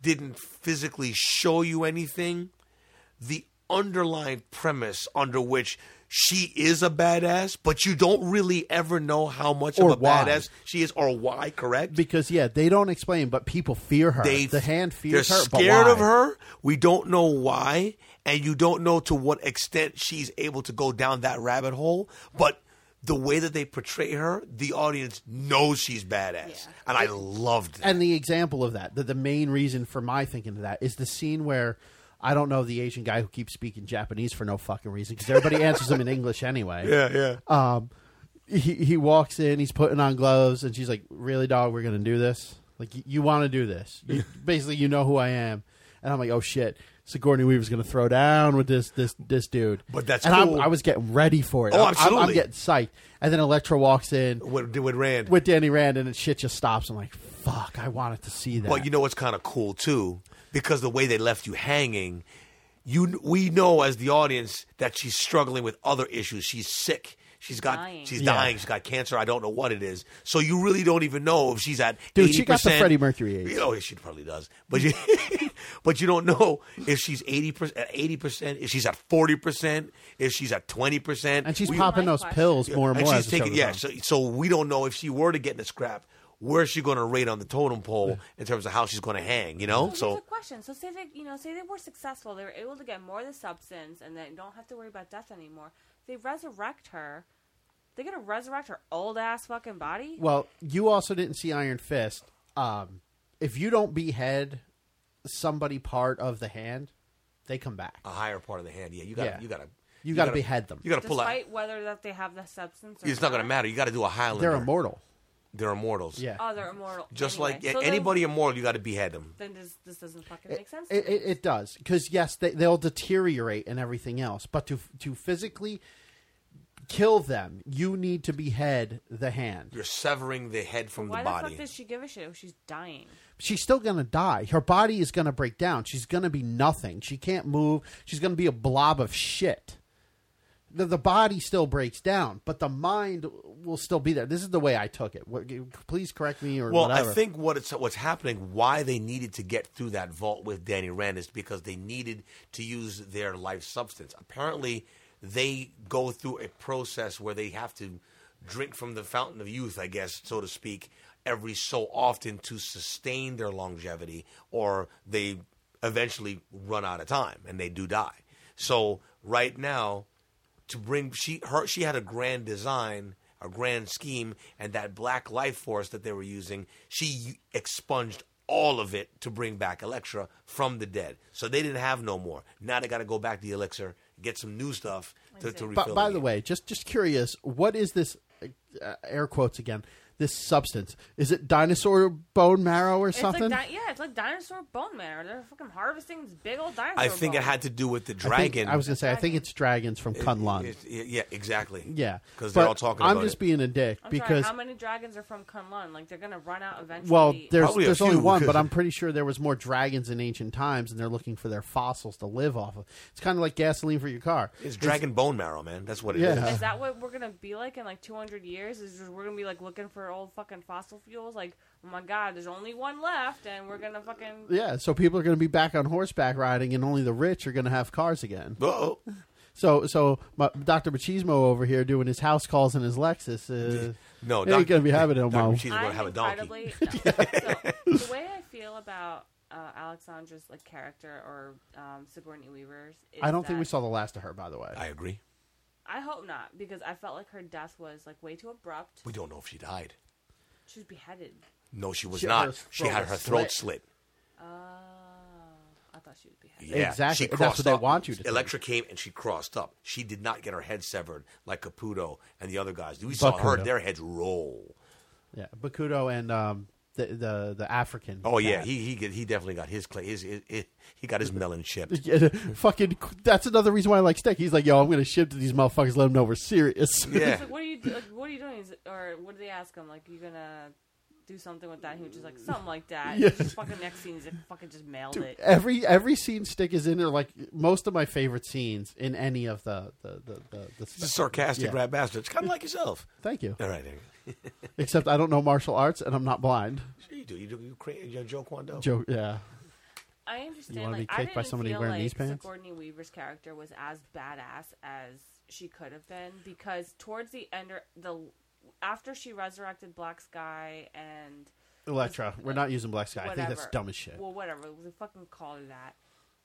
S3: didn't physically show you anything, the underlying premise under which she is a badass, but you don't really ever know how much
S1: Or
S3: of a
S1: why.
S3: badass she is or why, correct?
S1: because yeah, they don't explain, but people fear her.
S3: They
S1: the hand
S3: they're
S1: fears her. but
S3: scared
S1: why?
S3: of her. We don't know why, and you don't know to what extent she's able to go down that rabbit hole. But the way that they portray her, the audience knows she's badass, and I loved that.
S1: And the example of that, the, the main reason for my thinking of that is the scene where I don't know the Asian guy who keeps speaking Japanese for no fucking reason because everybody answers him in English anyway.
S3: yeah, yeah.
S1: Uh, Um, He he walks in, he's putting on gloves, and she's like, "Really, dog? We're gonna do this? Like, you, you want to do this? You, basically, you know who I am." And I'm like, "Oh shit." Sigourney Weaver's gonna throw down with this this this dude,
S3: But that's
S1: and I'm-
S3: cool.
S1: I was getting ready for it.
S3: Oh,
S1: I'm- I'm- I'm,
S3: absolutely.
S1: getting psyched, and then Elektra walks in,
S3: with, with Rand.
S1: with Danny Rand, and it shit just stops. I'm like, fuck, I wanted to see that.
S3: But you know what's kind of cool too, because the way they left you hanging, you we know as the audience that she's struggling with other issues. She's sick. She's got
S2: Dying.
S3: she's
S1: Yeah.
S3: dying. She's got cancer. I don't know what it is. So you really don't even know if she's at
S1: Dude, she got the
S3: 80%.
S1: Freddie Mercury AIDS.
S3: Oh, she probably does. But you, but you don't know if she's eighty percent at eighty percent, if she's at forty percent, if she's at twenty percent,
S1: and she's popping
S2: My
S1: those
S2: question.
S1: pills more and,
S3: and
S1: more.
S3: she's
S1: as the show
S3: taking
S1: goes
S3: yeah.
S1: on.
S3: So, so we don't know if she were to get in a scrap, where's she going to rate on the totem pole in terms of how she's going to hang? You know,
S2: Well, here's
S3: so
S2: a question. So say they, you know, say they were successful, they were able to get more of the substance, and they don't have to worry about death anymore. They resurrect her. They're gonna resurrect her old ass fucking body.
S1: Well, you also didn't see Iron Fist. Um, if you don't behead somebody part of the hand, they come back.
S3: a higher part of the hand. Yeah, you got
S1: Yeah.
S3: to you got to
S1: Ah, You gotta behead them.
S3: You got to pull out.
S2: Despite whether that they have the substance, or
S3: It's not going to matter. You got to do a Highlander.
S1: They're immortal.
S3: They're immortals.
S1: Yeah.
S2: Oh, they're immortal.
S3: Just
S2: anyway.
S3: like yeah,
S2: So then-
S3: anybody immortal, you got to behead them.
S2: Then, this, this doesn't fucking
S1: It,
S2: make sense. to
S1: it,
S2: me.
S1: it, it does because yes, they, they'll deteriorate and everything else, but to to physically kill them, you need to behead the hand.
S3: You're severing the head from
S2: Why
S3: the
S2: the
S3: body.
S2: fuck does she give a shit if she's dying?
S1: she's still going to die. Her body is going to break down. She's going to be nothing. She can't move. She's going to be a blob of shit. The, the body still breaks down, but the mind will still be there. This is the way I took it. What- Please correct me or
S3: Well,
S1: whatever.
S3: I think what it's what's happening, why they needed to get through that vault with Danny Rand is because they needed to use their life substance. Apparently, they go through a process where they have to drink from the fountain of youth, I guess, so to speak, every so often to sustain their longevity, or they eventually run out of time and they do die. So right now, to bring she her she had a grand design a grand scheme and that black life force that they were using she expunged all of it to bring back Elektra from the dead so they didn't have no more now they got to go back to the elixir get some new stuff to, to refill
S1: But by the
S3: gap.
S1: way, just just curious, what is this uh, air quotes again? This substance is it dinosaur bone marrow or something?
S2: It's like di- yeah, it's like dinosaur bone marrow. They're fucking harvesting this big old dinosaur.
S3: I think it
S2: bone.
S3: had to do with the
S1: I think-
S3: dragon
S1: I was going to say I think it's dragons from Kunlun.
S3: It- it- yeah exactly
S1: yeah,
S3: because they're
S1: But
S3: all talking
S1: I'm
S3: about
S1: just
S3: it
S1: being a dick
S2: I'm
S1: because
S2: sorry, how many dragons are from Kunlun? Like they're gonna run out eventually.
S1: Well, there's
S3: Probably a
S1: there's only
S3: few,
S1: one,
S3: because-
S1: but I'm pretty sure there was more dragons in ancient times, and they're looking for their fossils to live off of. It's kind of like gasoline for your car.
S3: it's dragon bone marrow man that's what it is.
S1: Yeah.
S2: Is that what we're gonna be like in like 200 years? Is just- we're gonna be like looking for old fucking fossil fuels? Like, oh my god, there's only one left, and we're gonna fucking
S1: Yeah, so people are going to be back on horseback riding, and only the rich are going to have cars again.
S3: Uh-oh.
S1: So so my, Dr. Machismo over here doing his house calls in his Lexus is
S3: No,
S1: ain't gonna be having it no
S3: Dr.
S1: more.
S3: She's going to have a donkey.
S2: incredibly- no. So, the way I feel about uh, Alexandra's like character or um, Sigourney Weaver's, is
S1: I don't think
S2: that-
S1: we saw the last of her by the way.
S3: I agree.
S2: I hope not because I felt like her death was like way too abrupt.
S3: We don't know if she died.
S2: She was beheaded.
S3: No, she was
S1: She- her
S3: not. She
S1: throat
S3: had
S1: was
S3: her throat
S1: slit.
S3: slit.
S2: Oh, I thought she was beheaded.
S3: Yeah,
S1: Exactly.
S3: She
S1: That's
S3: crossed
S1: what they
S3: up.
S1: want you to think.
S3: Electra came and she crossed up. She did not get her head severed like Caputo and the other guys. We saw her;
S1: Bakudo.
S3: their heads roll.
S1: Yeah, Bakudo and um the the, the African.
S3: Oh yeah,
S1: guy.
S3: he he get- he definitely got his clay. His, his, his- he got his melon chipped.
S1: Yeah, fucking. That's another reason why I like Steak. He's like, yo, I'm gonna ship to these motherfuckers. Let them know we're serious.
S2: It's
S3: Yeah,
S2: like, what are you? do- Like, what are you doing? Is it- Or what do they ask him? Like, you gonna do something with that? He was just like something like that.
S1: Yes.
S2: Just fucking next scene, he's like fucking just mailed it.
S1: every every scene Stick is in there. Like most of my favorite scenes in any of the the the, the, the
S3: sarcastic
S1: Yeah.
S3: rat bastard. It's kind of like yourself.
S1: Thank you.
S3: All right, there you go.
S1: Except I don't know martial arts and I'm not blind.
S3: Sure you do. You do. You create your Joe Kwando.
S1: Joe, yeah,
S2: I understand.
S1: wanna
S2: like,
S1: be
S2: I
S1: kicked by
S2: didn't
S1: somebody
S2: feel
S1: wearing
S2: like
S1: these pants?
S2: Sigourney Weaver's character was as badass as she could have been because towards the end, or the after she resurrected Black Sky and
S1: Electra. We're not using black sky. I think that's
S2: whatever.
S1: dumb as shit.
S2: Well, whatever. We fucking call her that.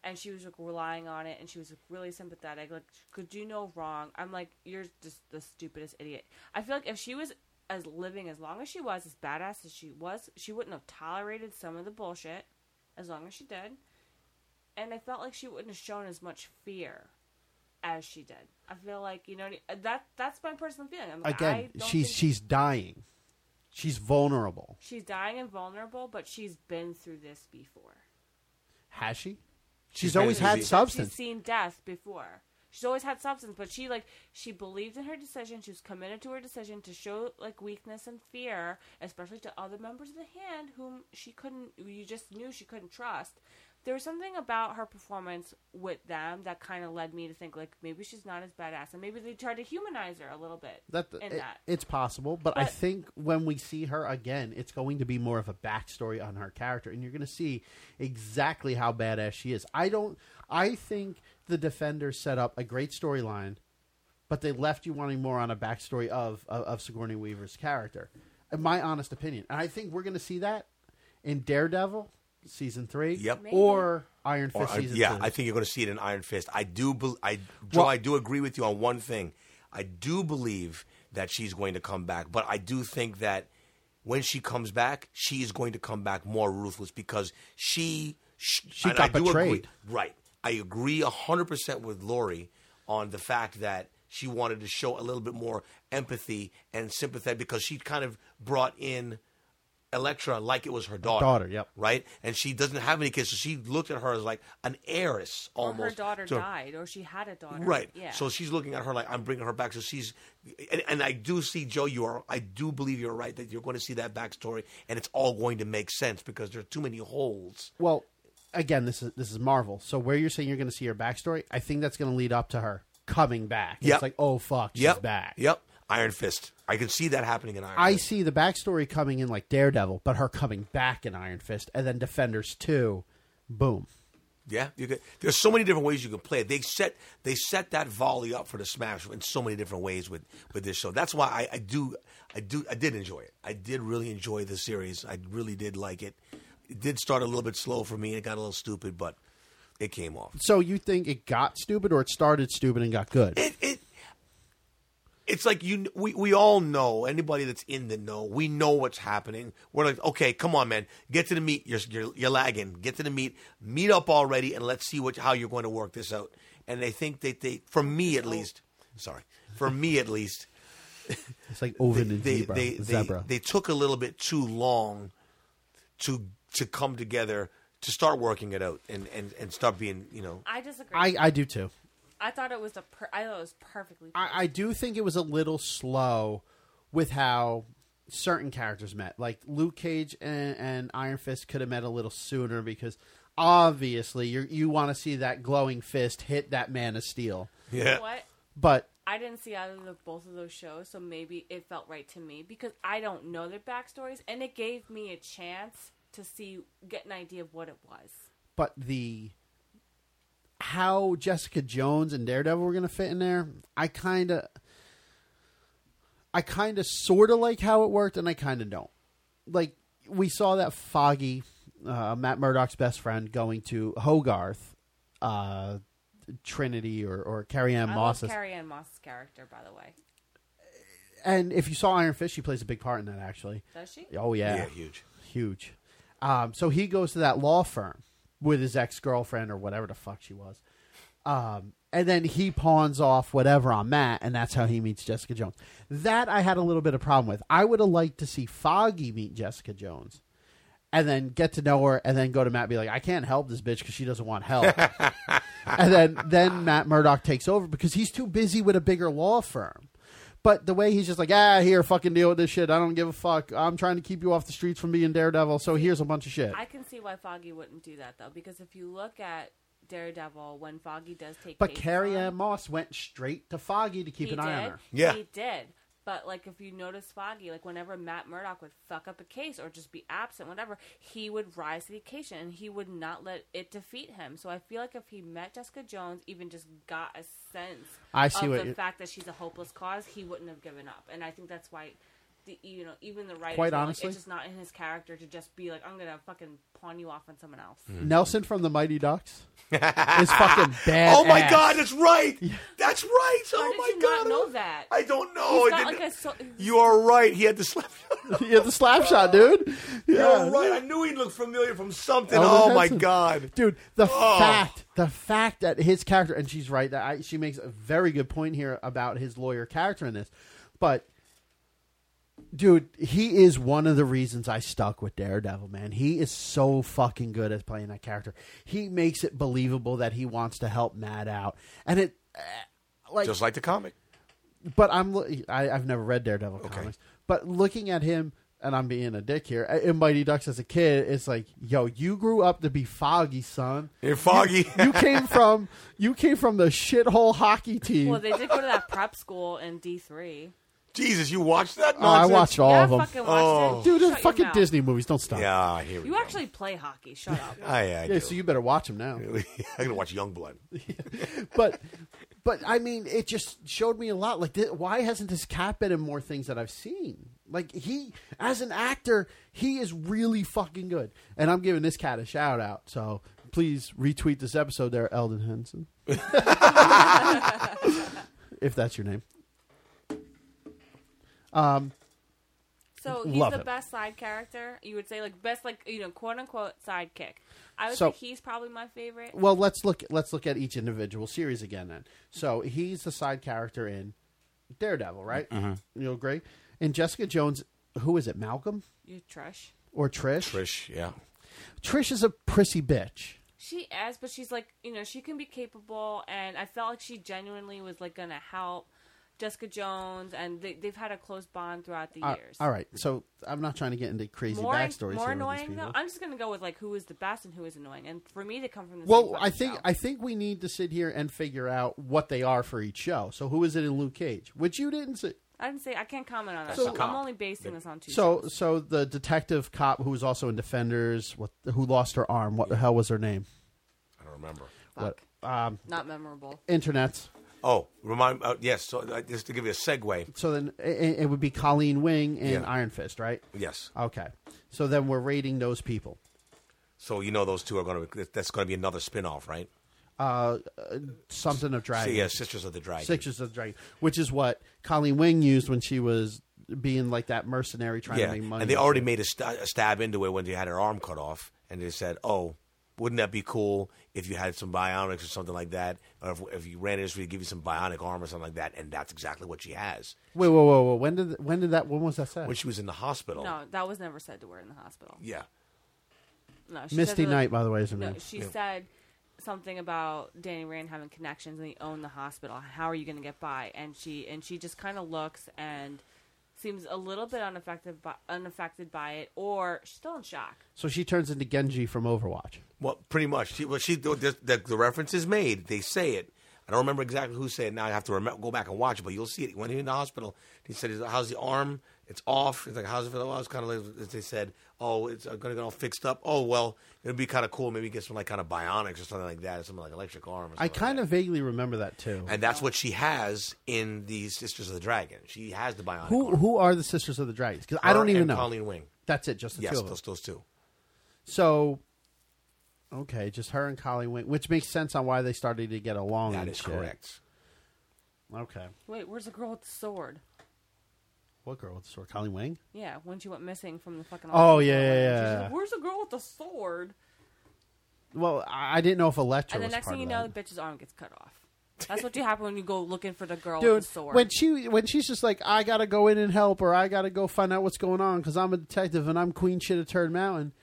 S2: And she was like relying on it, and she was like, really sympathetic. Like, could you know wrong? I'm like, you're just the stupidest idiot. I feel like if she was as living as long as she was, as badass as she was, she wouldn't have tolerated some of the bullshit as long as she did. And I felt like she wouldn't have shown as much fear as she did. I feel like you know what I- that that's my personal feeling. I'm like,
S1: Again,
S2: I don't
S1: she's
S2: think-
S1: she's dying. She's vulnerable.
S2: she's dying and vulnerable, but she's been through this before.
S1: Has she? She's,
S3: She's
S1: always
S3: been
S1: had
S3: busy.
S1: substance.
S2: She's seen death before. She's always had substance, but she like she believed in her decision. She was committed to her decision to show like weakness and fear, especially to other members of the hand whom she couldn't. who You just knew she couldn't trust. There was something about her performance with them that kind of led me to think like maybe she's not as badass, and maybe they tried to humanize her a little bit.
S1: That,
S2: in
S1: it-
S2: that.
S1: it's possible, but, I
S2: But-
S1: think when we see her again, it's going to be more of a backstory on her character, and you're going to see exactly how badass she is. I don't. I think the Defenders set up a great storyline, but they left you wanting more on a backstory of of, of Sigourney Weaver's character. In my honest opinion, and I think we're going to see that in Daredevil season three,
S3: Yep. Maybe.
S1: or Iron Fist
S3: Or, I-
S1: season
S3: yeah,
S1: two.
S3: I think you're going to see it in Iron Fist. I do. bel I Joe,
S1: Well-
S3: I do agree with you on one thing. I do believe that she's going to come back, but I do think that when she comes back, she is going to come back more ruthless because she she,
S1: She
S3: and
S1: got
S3: I do agree,
S1: betrayed.
S3: right? I agree hundred percent with Lori on the fact that she wanted to show a little bit more empathy and sympathy because she kind of brought in. Electra like it was her daughter.
S1: daughter, yep.
S3: Right? And she doesn't have any kids, so she looked at her as like an heiress
S2: Or
S3: almost.
S2: her daughter
S3: to-
S2: died, or she had a daughter.
S3: Right.
S2: Yeah.
S3: So she's looking at her like I'm bringing her back. So she's, and, and I do see Joe. You are. I do believe you're right that you're going to see that backstory, and it's all going to make sense because there are too many holes.
S1: Well, again, this is this is Marvel. So where you're saying you're going to see her backstory, I think that's going to lead up to her coming back.
S3: Yep.
S1: It's like, oh fuck, she's
S3: Yep.
S1: back.
S3: Yep. Iron Fist. I can see that happening in Iron.
S1: I
S3: Fist.
S1: see the backstory coming in like Daredevil, but her coming back in Iron Fist, and then Defenders two, boom.
S3: Yeah. You could, there's so many different ways you can play it. They set they set that volley up for the smash in so many different ways with with this show. That's why I, I do I do I did enjoy it. I did really enjoy the series. I really did like it. It did start a little bit slow for me. It got a little stupid, but it came off.
S1: So you think it got stupid, or it started stupid and got good?
S3: it, it it's like you kn- we, we all know anybody that's in the know we know what's happening we're like okay come on man get to the meat you're, you're, you're lagging get to the meat meet up already and let's see what how you're going to work this out and they think that they for me at least sorry for me at least
S1: It's like Oven and
S3: they
S1: Zebra.
S3: they,
S1: Zebra.
S3: they they took a little bit too long to to come together to start working it out and and, and start being you know
S2: I disagree.
S1: I
S2: I,
S1: I do too.
S2: thought it was a per- I thought it was perfectly.
S1: I, I do think it was a little slow with how certain characters met. Like Luke Cage and, and Iron Fist could have met a little sooner because obviously you you want to see that glowing fist hit that Man of Steel,
S2: You
S3: yeah
S2: know what?
S1: but
S2: I didn't see either of both of those shows, so maybe it felt right to me because I don't know their backstories, and it gave me a chance to see, get an idea of what it was.
S1: but the how Jessica Jones and Daredevil were going to fit in there, I kind of, I kind of sort of like how it worked, and I kind of don't. Like we saw that Foggy, uh, Matt Murdock's best friend, going to Hogarth, uh, Trinity, or or Carrie Ann
S2: I
S1: Moss.
S2: love Carrie Ann Moss's character, by the way.
S1: And if you saw Iron Fist, she plays a big part in that actually.
S2: Does she?
S1: Oh
S3: Yeah,
S1: yeah,
S3: huge.
S1: huge. Um, so he goes to that law firm with his ex girlfriend or whatever the fuck she was, um, and then he pawns off whatever on Matt, and that's how he meets Jessica Jones. That I had a little bit of problem with. I would have liked to see Foggy meet Jessica Jones. And then get to know her, and then go to Matt and be like, I can't help this bitch because she doesn't want help. and then, then Matt Murdock takes over because he's too busy with a bigger law firm. But the way he's just like, ah, here, fucking deal with this shit. I don't give a fuck. I'm trying to keep you off the streets from being Daredevil, so here's a bunch of shit.
S2: I can see why Foggy wouldn't do that though, because if you look at Daredevil, when Foggy does take,
S1: But
S2: cases
S1: Carrie
S2: on,
S1: Ann Moss went straight to Foggy to keep
S2: he
S1: an eye on
S2: did.
S1: her.
S3: Yeah.
S2: he did. But like, if you notice Foggy, like whenever Matt Murdock would fuck up a case or just be absent, whatever, he would rise to the occasion and he would not let it defeat him. So I feel like if he met Jessica Jones, even just got a sense
S1: I see
S2: of
S1: what
S2: the
S1: you-
S2: fact that she's a hopeless cause, he wouldn't have given up. And I think that's why. The, you know, even the writers,
S1: Quite
S2: were like,
S1: honestly-
S2: it's just not in his character to just be like, "I'm gonna fucking pawn you off on someone else."
S3: Mm. Hmm.
S1: Nelson from the Mighty Ducks is fucking bad.
S3: Oh my God, that's right. That's right.
S2: How
S3: oh
S2: did
S3: my
S2: you not
S3: God.
S2: know that?
S3: I don't know.
S2: He's
S3: I
S2: not
S3: didn't-
S2: like a so-
S3: you are right. He had the slap.
S1: yeah, the slap shot, dude. Yeah,
S3: You're right. I knew he looked familiar from something.
S1: Elder
S3: Oh, my
S1: Henson.
S3: God.
S1: dude the
S3: Oh.
S1: fact the fact that his character and she's right that I, she makes a very good point here about his lawyer character in this but dude he is one of the reasons i stuck with daredevil man he is so fucking good at playing that character he makes it believable that he wants to help matt out and it eh, like
S3: Just like the comic.
S1: but I'm lo- I, I've never read Daredevil comics, but looking at him, and I'm being a dick here. eh, In Mighty Ducks as a kid, it's like, yo, you grew up to be Foggy, son.
S3: You're foggy.
S1: You came from you came from the shithole hockey team.
S2: Well, they did go to that prep school in D three.
S3: Jesus, you watched that?
S1: oh, I
S3: nonsense?
S1: watched all
S2: yeah,
S1: of them,
S2: I fucking watched
S3: Oh.
S2: it.
S1: dude. They're
S2: Shut your
S1: fucking
S2: mouth.
S1: Disney movies. Don't stop.
S3: Yeah, here we
S2: You
S3: go.
S2: actually play hockey. Shut up.
S3: I, I
S1: Yeah,
S3: do.
S1: so you better watch them now.
S3: I'm gonna watch Youngblood.
S1: but but I mean, it just showed me a lot. Like, th- why hasn't this cat been in more things that I've seen? Like he, as an actor, he is really fucking good, and I'm giving this cat a shout out. So please retweet this episode, there, Eldon Henson, if that's your name.
S2: So he's
S1: Love
S2: the
S1: it.
S2: best side character. You would say like best like you know quote unquote sidekick. I would
S1: So-
S2: say he's probably my favorite.
S1: Well, let's look. Let's look at each individual series again. Then, so he's the side character in Daredevil, right? You agree? And Jessica Jones, who is it? Malcolm
S2: You trash.
S1: or Trish?
S3: Trish, yeah.
S1: Trish is a prissy bitch.
S2: She is, but she's like you know she can be capable, and I felt like she genuinely was like gonna help Jessica Jones, and they, they've had a close bond throughout the
S1: Uh,
S2: years.
S1: all right, so I'm not trying to get into crazy
S2: more,
S1: backstories.
S2: more
S1: here with
S2: annoying
S1: these
S2: though.
S1: people.
S2: I'm just gonna go with like who is the best and who is annoying, and for me to come from the same
S1: Well,
S2: fucking
S1: I think
S2: show.
S1: I think we need to sit here and figure out what they are for each show. So who is it in Luke Cage? Which you didn't see.
S2: I didn't say I can't comment on that.
S1: So-
S2: So, I'm only basing this on two.
S1: So
S2: shows.
S1: so the detective cop who was also in Defenders, what who lost her arm? What the hell was her name?
S3: I don't remember.
S2: Fuck.
S1: What um
S2: not memorable.
S1: internets.
S3: Oh, remind. Uh, yes, so uh, just to give you a segue.
S1: So then it, it would be Colleen Wing and
S3: Yeah.
S1: Iron Fist, right?
S3: Yes.
S1: Okay. So then we're rating those people.
S3: So you know those two are going to. That's going to be another spin-off, right?
S1: Something of
S3: So
S1: Dragon.
S3: yeah, Sisters of the Dragon.
S1: Sixers of the Dragon, which is what Colleen Wing used when she was being like that mercenary trying
S3: Yeah,
S1: to make money.
S3: and they already
S1: shit.
S3: made a, st- a stab into it when they had her arm cut off, and they said, "Oh, wouldn't that be cool if you had some bionics or something like that, or if, if you ran into we give you some bionic arm or something like that?" And that's exactly what she has
S1: Wait, whoa, whoa, whoa! When did when did that? When was that said?
S3: when she was in the hospital.
S2: No, that was never said to her in the hospital.
S3: Yeah,
S2: No, she said
S1: Misty
S2: that-
S1: Knight, by the way, is her
S2: No,
S1: name.
S2: she said something about Danny Rand having connections and he owned the hospital. How are you going to get by? And she and she just kind of looks and seems a little bit unaffected by, unaffected by it, or she's still in shock.
S1: So she turns into Genji from Overwatch.
S3: well, pretty much. She, well, she the, the, the reference is made. They say it. I don't remember exactly who said. it. Now I have to remember, go back and watch it, but you'll see it when he was in the hospital. He said, "How's the arm?" It's off. It's like how's it feel? Well, it's kind of like as they said. Oh, it's going to get all fixed up. Oh well, it'd be kind of cool. Maybe get some like kind of bionics or something like that. Something like electric arm. Or something
S1: I
S3: like
S1: kind
S3: that.
S1: of vaguely remember that too.
S3: and that's what she has in the Sisters of the Dragon. She has the bionic.
S1: Who
S3: arm.
S1: who are the Sisters of the Dragons? Because I
S3: Her
S1: don't even
S3: and
S1: know.
S3: Colleen Wing.
S1: That's it, just the two
S3: Yes,
S1: of them.
S3: those those two.
S1: So, okay, just her and Colleen Wing, which makes sense on why they started to get along.
S3: That
S1: and
S3: is
S1: shit.
S3: correct.
S1: Okay,
S2: Wait, where's the girl with the sword?
S1: what girl with the sword? Colleen Wing.
S2: Yeah, when she went missing from the fucking.
S1: Oh,
S2: electric
S1: yeah,
S2: car.
S1: yeah,
S2: She's
S1: yeah.
S2: like, Where's the girl with the sword?
S1: Well, I, I didn't know if Electra
S2: and the
S1: was
S2: next
S1: part
S2: thing you
S1: of
S2: know,
S1: that.
S2: the bitch's arm gets cut off. That's what you happen when you go looking for the girl
S1: Dude,
S2: with the sword.
S1: when she when she's just like, I gotta go in and help, or I gotta go find out what's going on because I'm a detective and I'm Queen shit of Turd Mountain.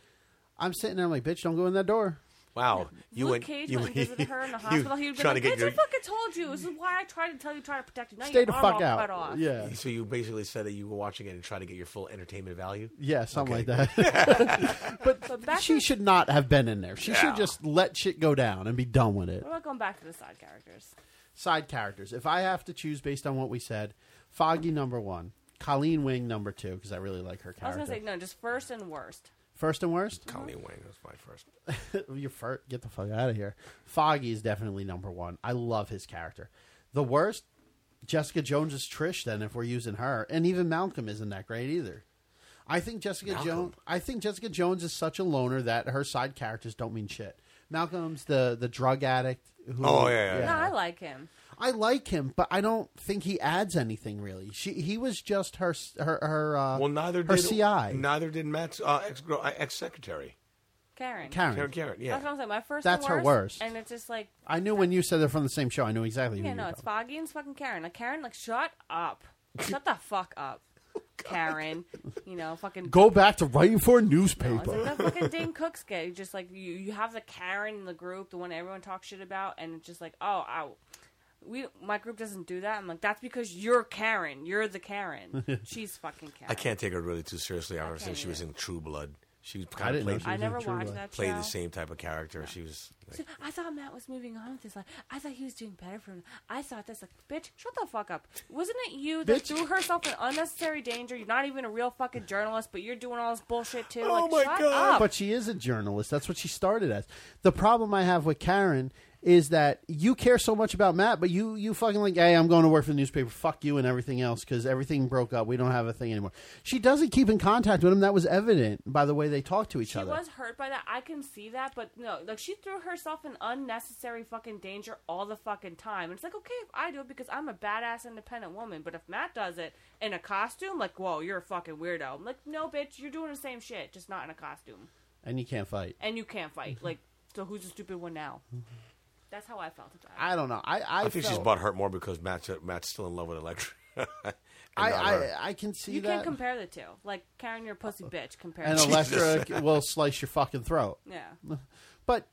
S1: I'm sitting there, I'm like, bitch, don't go in that door.
S3: Wow, you
S2: Luke
S3: went.
S2: Cage
S3: you
S2: went and
S3: went-
S2: visited her in the
S3: you
S2: hospital. He was
S3: trying
S2: like,
S3: to
S2: "Bitch,
S3: get your.
S2: I fucking told you. This is why I tried to tell you, try to protect you. Now
S1: Stay
S2: your
S1: the
S2: arm
S1: fuck
S2: all
S1: out.
S2: Cut off.
S1: Yeah,
S3: So you basically said that you were watching it and trying to get your full entertainment value.
S1: yeah, something
S3: Okay.
S1: like that. but
S2: But back
S1: she
S2: to-
S1: should not have been in there. She
S3: Yeah.
S1: should just let shit go down and be done with it.
S2: We're not going back to the side characters.
S1: side characters. If I have to choose based on what we said, Foggy number one, Colleen Wing number two because I really like her
S2: I was
S1: character.
S2: gonna say no, just first and worst.
S1: First and worst,
S3: Colleen Wing was my first.
S1: you fir- get the fuck out of here. Foggy is definitely number one. I love his character. The worst, Jessica Jones is Trish. Then if we're using her, and even Malcolm isn't that great either. I think Jessica
S3: Malcolm.
S1: Jones. I think Jessica Jones is such a loner that her side characters don't mean shit. Malcolm's the the drug addict. Who,
S3: Oh, yeah, yeah, yeah.
S2: No, I like him.
S1: I like him, but I don't think he adds anything really. She he was just her her her uh,
S3: Well, neither
S1: her
S3: did
S1: CI
S3: Neither did Matt's uh, ex ex secretary
S2: Karen.
S1: Karen.
S3: Karen Garrett. Yeah,
S2: That's what I'm saying. My first.
S1: That's
S2: and
S1: her
S2: worst,
S1: worst.
S2: And it's just like,
S1: I knew when you said they're from the same show. I knew exactly. who
S2: yeah,
S1: you
S2: no,
S1: were
S2: it's
S1: talking-
S2: Foggy and it's fucking Karen. Like Karen, like shut up, shut the fuck up, Karen. You know, fucking
S1: Oh, Go back to writing for a
S2: No, it's
S1: newspaper.
S2: like that fucking Dane Cook's gay. Just like you, you have the Karen in the group, the one everyone talks shit about, and it's just like, oh, I, we, my group doesn't do that. I'm like, that's because you're Karen. You're the Karen. She's fucking Karen.
S3: I can't take her really too seriously. Ever
S2: Okay,
S3: since she
S2: yeah.
S3: was in True Blood, she
S1: I
S3: kind
S1: didn't
S3: of
S1: know
S3: played,
S1: she
S2: I
S1: was
S2: never
S1: in True
S2: watched
S1: Blood.
S2: that
S3: played
S2: show.
S3: the same type of character. She was. Like,
S2: I thought Matt was moving on with his life. I thought he was doing better for him. I thought this like, bitch, shut the fuck up. Wasn't it you that
S1: Bitch.
S2: threw herself in unnecessary danger? You're not even a real fucking journalist, but you're doing all this bullshit too.
S3: Oh
S2: like,
S3: my
S2: shut
S3: God.
S2: Up.
S1: But she is a journalist. That's what she started as. The problem I have with Karen is that you care so much about Matt, but you you fucking like, hey, I'm going to work for the newspaper. Fuck you and everything else because everything broke up. We don't have a thing anymore. She doesn't keep in contact with him. That was evident by the way they talked to each
S2: She
S1: other.
S2: was hurt by that. I can see that, but no, like she threw herself in unnecessary fucking danger all the fucking time. And it's like, okay, if I do it because I'm a badass independent woman, but if Matt does it in a costume, like, whoa, you're a fucking weirdo. I'm like, no, bitch, you're doing the same shit, just not in a costume,
S1: and you can't fight.
S2: and you can't fight.
S1: Mm-hmm.
S2: Like, so who's the stupid one now? That's how I felt about it.
S1: I don't know. I I,
S3: I think she's
S1: felt-
S3: butt hurt more because Matt's uh, Matt's still in love with Electra. And
S1: I,
S3: not her.
S1: I I can see
S2: You
S1: that.
S2: can't compare the two. Like, Karen, you're a pussy bitch. Compare.
S1: and
S2: the two.
S1: Electra will slice your fucking throat.
S2: yeah.
S1: But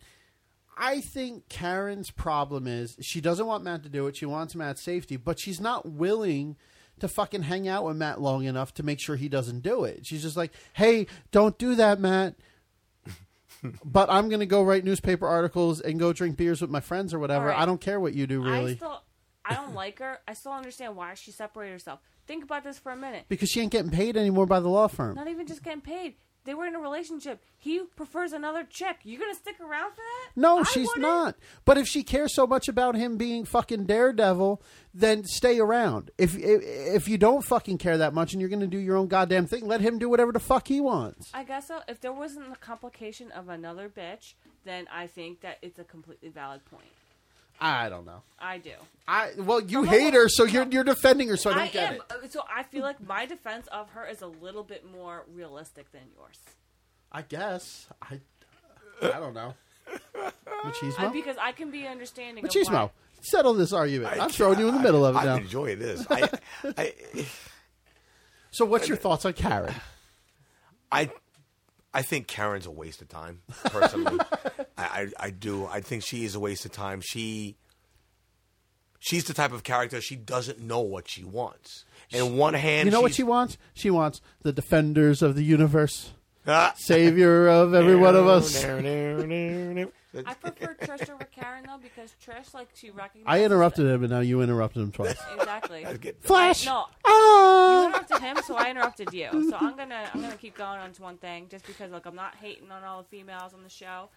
S1: I think Karen's problem is she doesn't want Matt to do it. She wants Matt's safety, but she's not willing to fucking hang out with Matt long enough to make sure he doesn't do it. She's just like, "Hey, don't do that, Matt." but I'm going to go write newspaper articles and go drink beers with my friends or whatever.
S2: All right.
S1: I don't care what you do,
S2: I
S1: really.
S2: still, I don't like her. I still understand why she separated herself. Think about this for a minute.
S1: Because she ain't getting paid anymore by the law firm.
S2: Not even just getting paid. They were in a relationship. He prefers another chick. You're gonna stick around for that?
S1: No,
S2: I
S1: she's
S2: wouldn't.
S1: not. But if she cares so much about him being fucking daredevil, then stay around. If if, if you don't fucking care that much and you're going to do your own goddamn thing, let him do whatever the fuck he wants.
S2: I guess so. If there wasn't a complication of another bitch, then I think that it's a completely valid point.
S1: I don't know.
S2: I do.
S1: I well, you
S2: No,
S1: hate
S2: no,
S1: her, so
S2: no.
S1: you're you're defending her. So I don't get
S2: am.
S1: it.
S2: uh, So I feel like my defense of her is a little bit more realistic than yours.
S1: I guess I. I don't know.
S2: I-
S1: Machismo.
S2: because I can be understanding. of why-
S1: Machismo. Settle this argument. I'm throwing you in the middle of it
S3: I'm
S1: now.
S3: enjoying this. I, I,
S1: So, what's your thoughts on Karen?
S3: I, I think Karen's a waste of time. Personally, I, I, I do. I think she is a waste of time. She, she's the type of character she doesn't know what she wants. And one hand,
S1: You know what
S3: she's-
S1: she wants? She wants the defenders of the universe.
S3: Ah.
S1: savior of every one of us.
S2: I prefer Trish over Karen though because Trish, like, she recognizes.
S1: I interrupted him, and now you interrupted him twice.
S2: it. Exactly.
S1: Flash.
S2: No, you
S1: Ah!
S2: interrupted him, so I interrupted you. So I'm gonna I'm gonna keep going on to one thing, just because like I'm not hating on all the females on the show.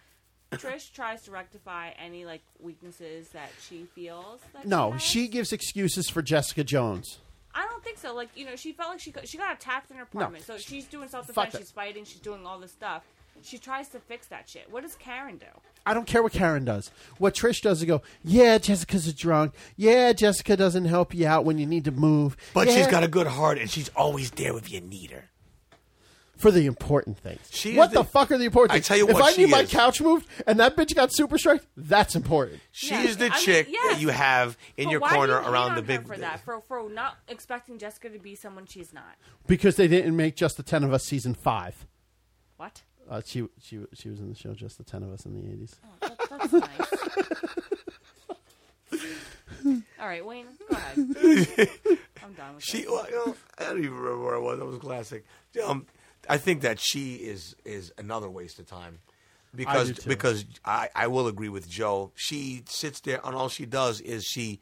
S2: Trish tries to rectify any like weaknesses that she feels. That
S1: No,
S2: has.
S1: she gives excuses for Jessica Jones.
S2: I don't think so. Like you know, she felt like she got, she got attacked in her apartment, so she's doing self
S1: Fuck
S2: defense.
S1: that.
S2: She's fighting. She's doing all this stuff. She tries to fix that shit. What does Karen do?
S1: I don't care what Karen does. What Trish does is go, yeah, Jessica's a drunk. Yeah, Jessica doesn't help you out when you need to move.
S3: But
S1: Yeah,
S3: she's got a good heart, and she's always there if you need her.
S1: for the important things.
S3: She is
S1: what the,
S3: the-
S1: fuck are the important
S3: I
S1: things?
S3: tell you
S1: if
S3: what
S1: I
S3: she
S1: need my
S3: is.
S1: couch moved and that bitch got super strength, that's important.
S3: She
S2: Yeah,
S3: is the
S2: I mean,
S3: chick
S2: yes.
S3: that you have in
S2: But
S3: your
S2: why do
S3: corner
S2: you hate
S3: around
S2: on
S3: the
S2: her
S3: big.
S2: for that for for not expecting Jessica to be someone she's not.
S1: Because they didn't make just the ten of us season five.
S2: What?
S1: Uh, she she she was in the show just the ten of us in the eighties.
S2: That, that's nice. All right, Wayne, go ahead. I'm done with it.
S3: She, well, you know, I don't even remember where I was. That was classic. Um, I think that she is is another waste of time because
S1: do too.
S3: because I, I will agree with Joe. She sits there and all she does is she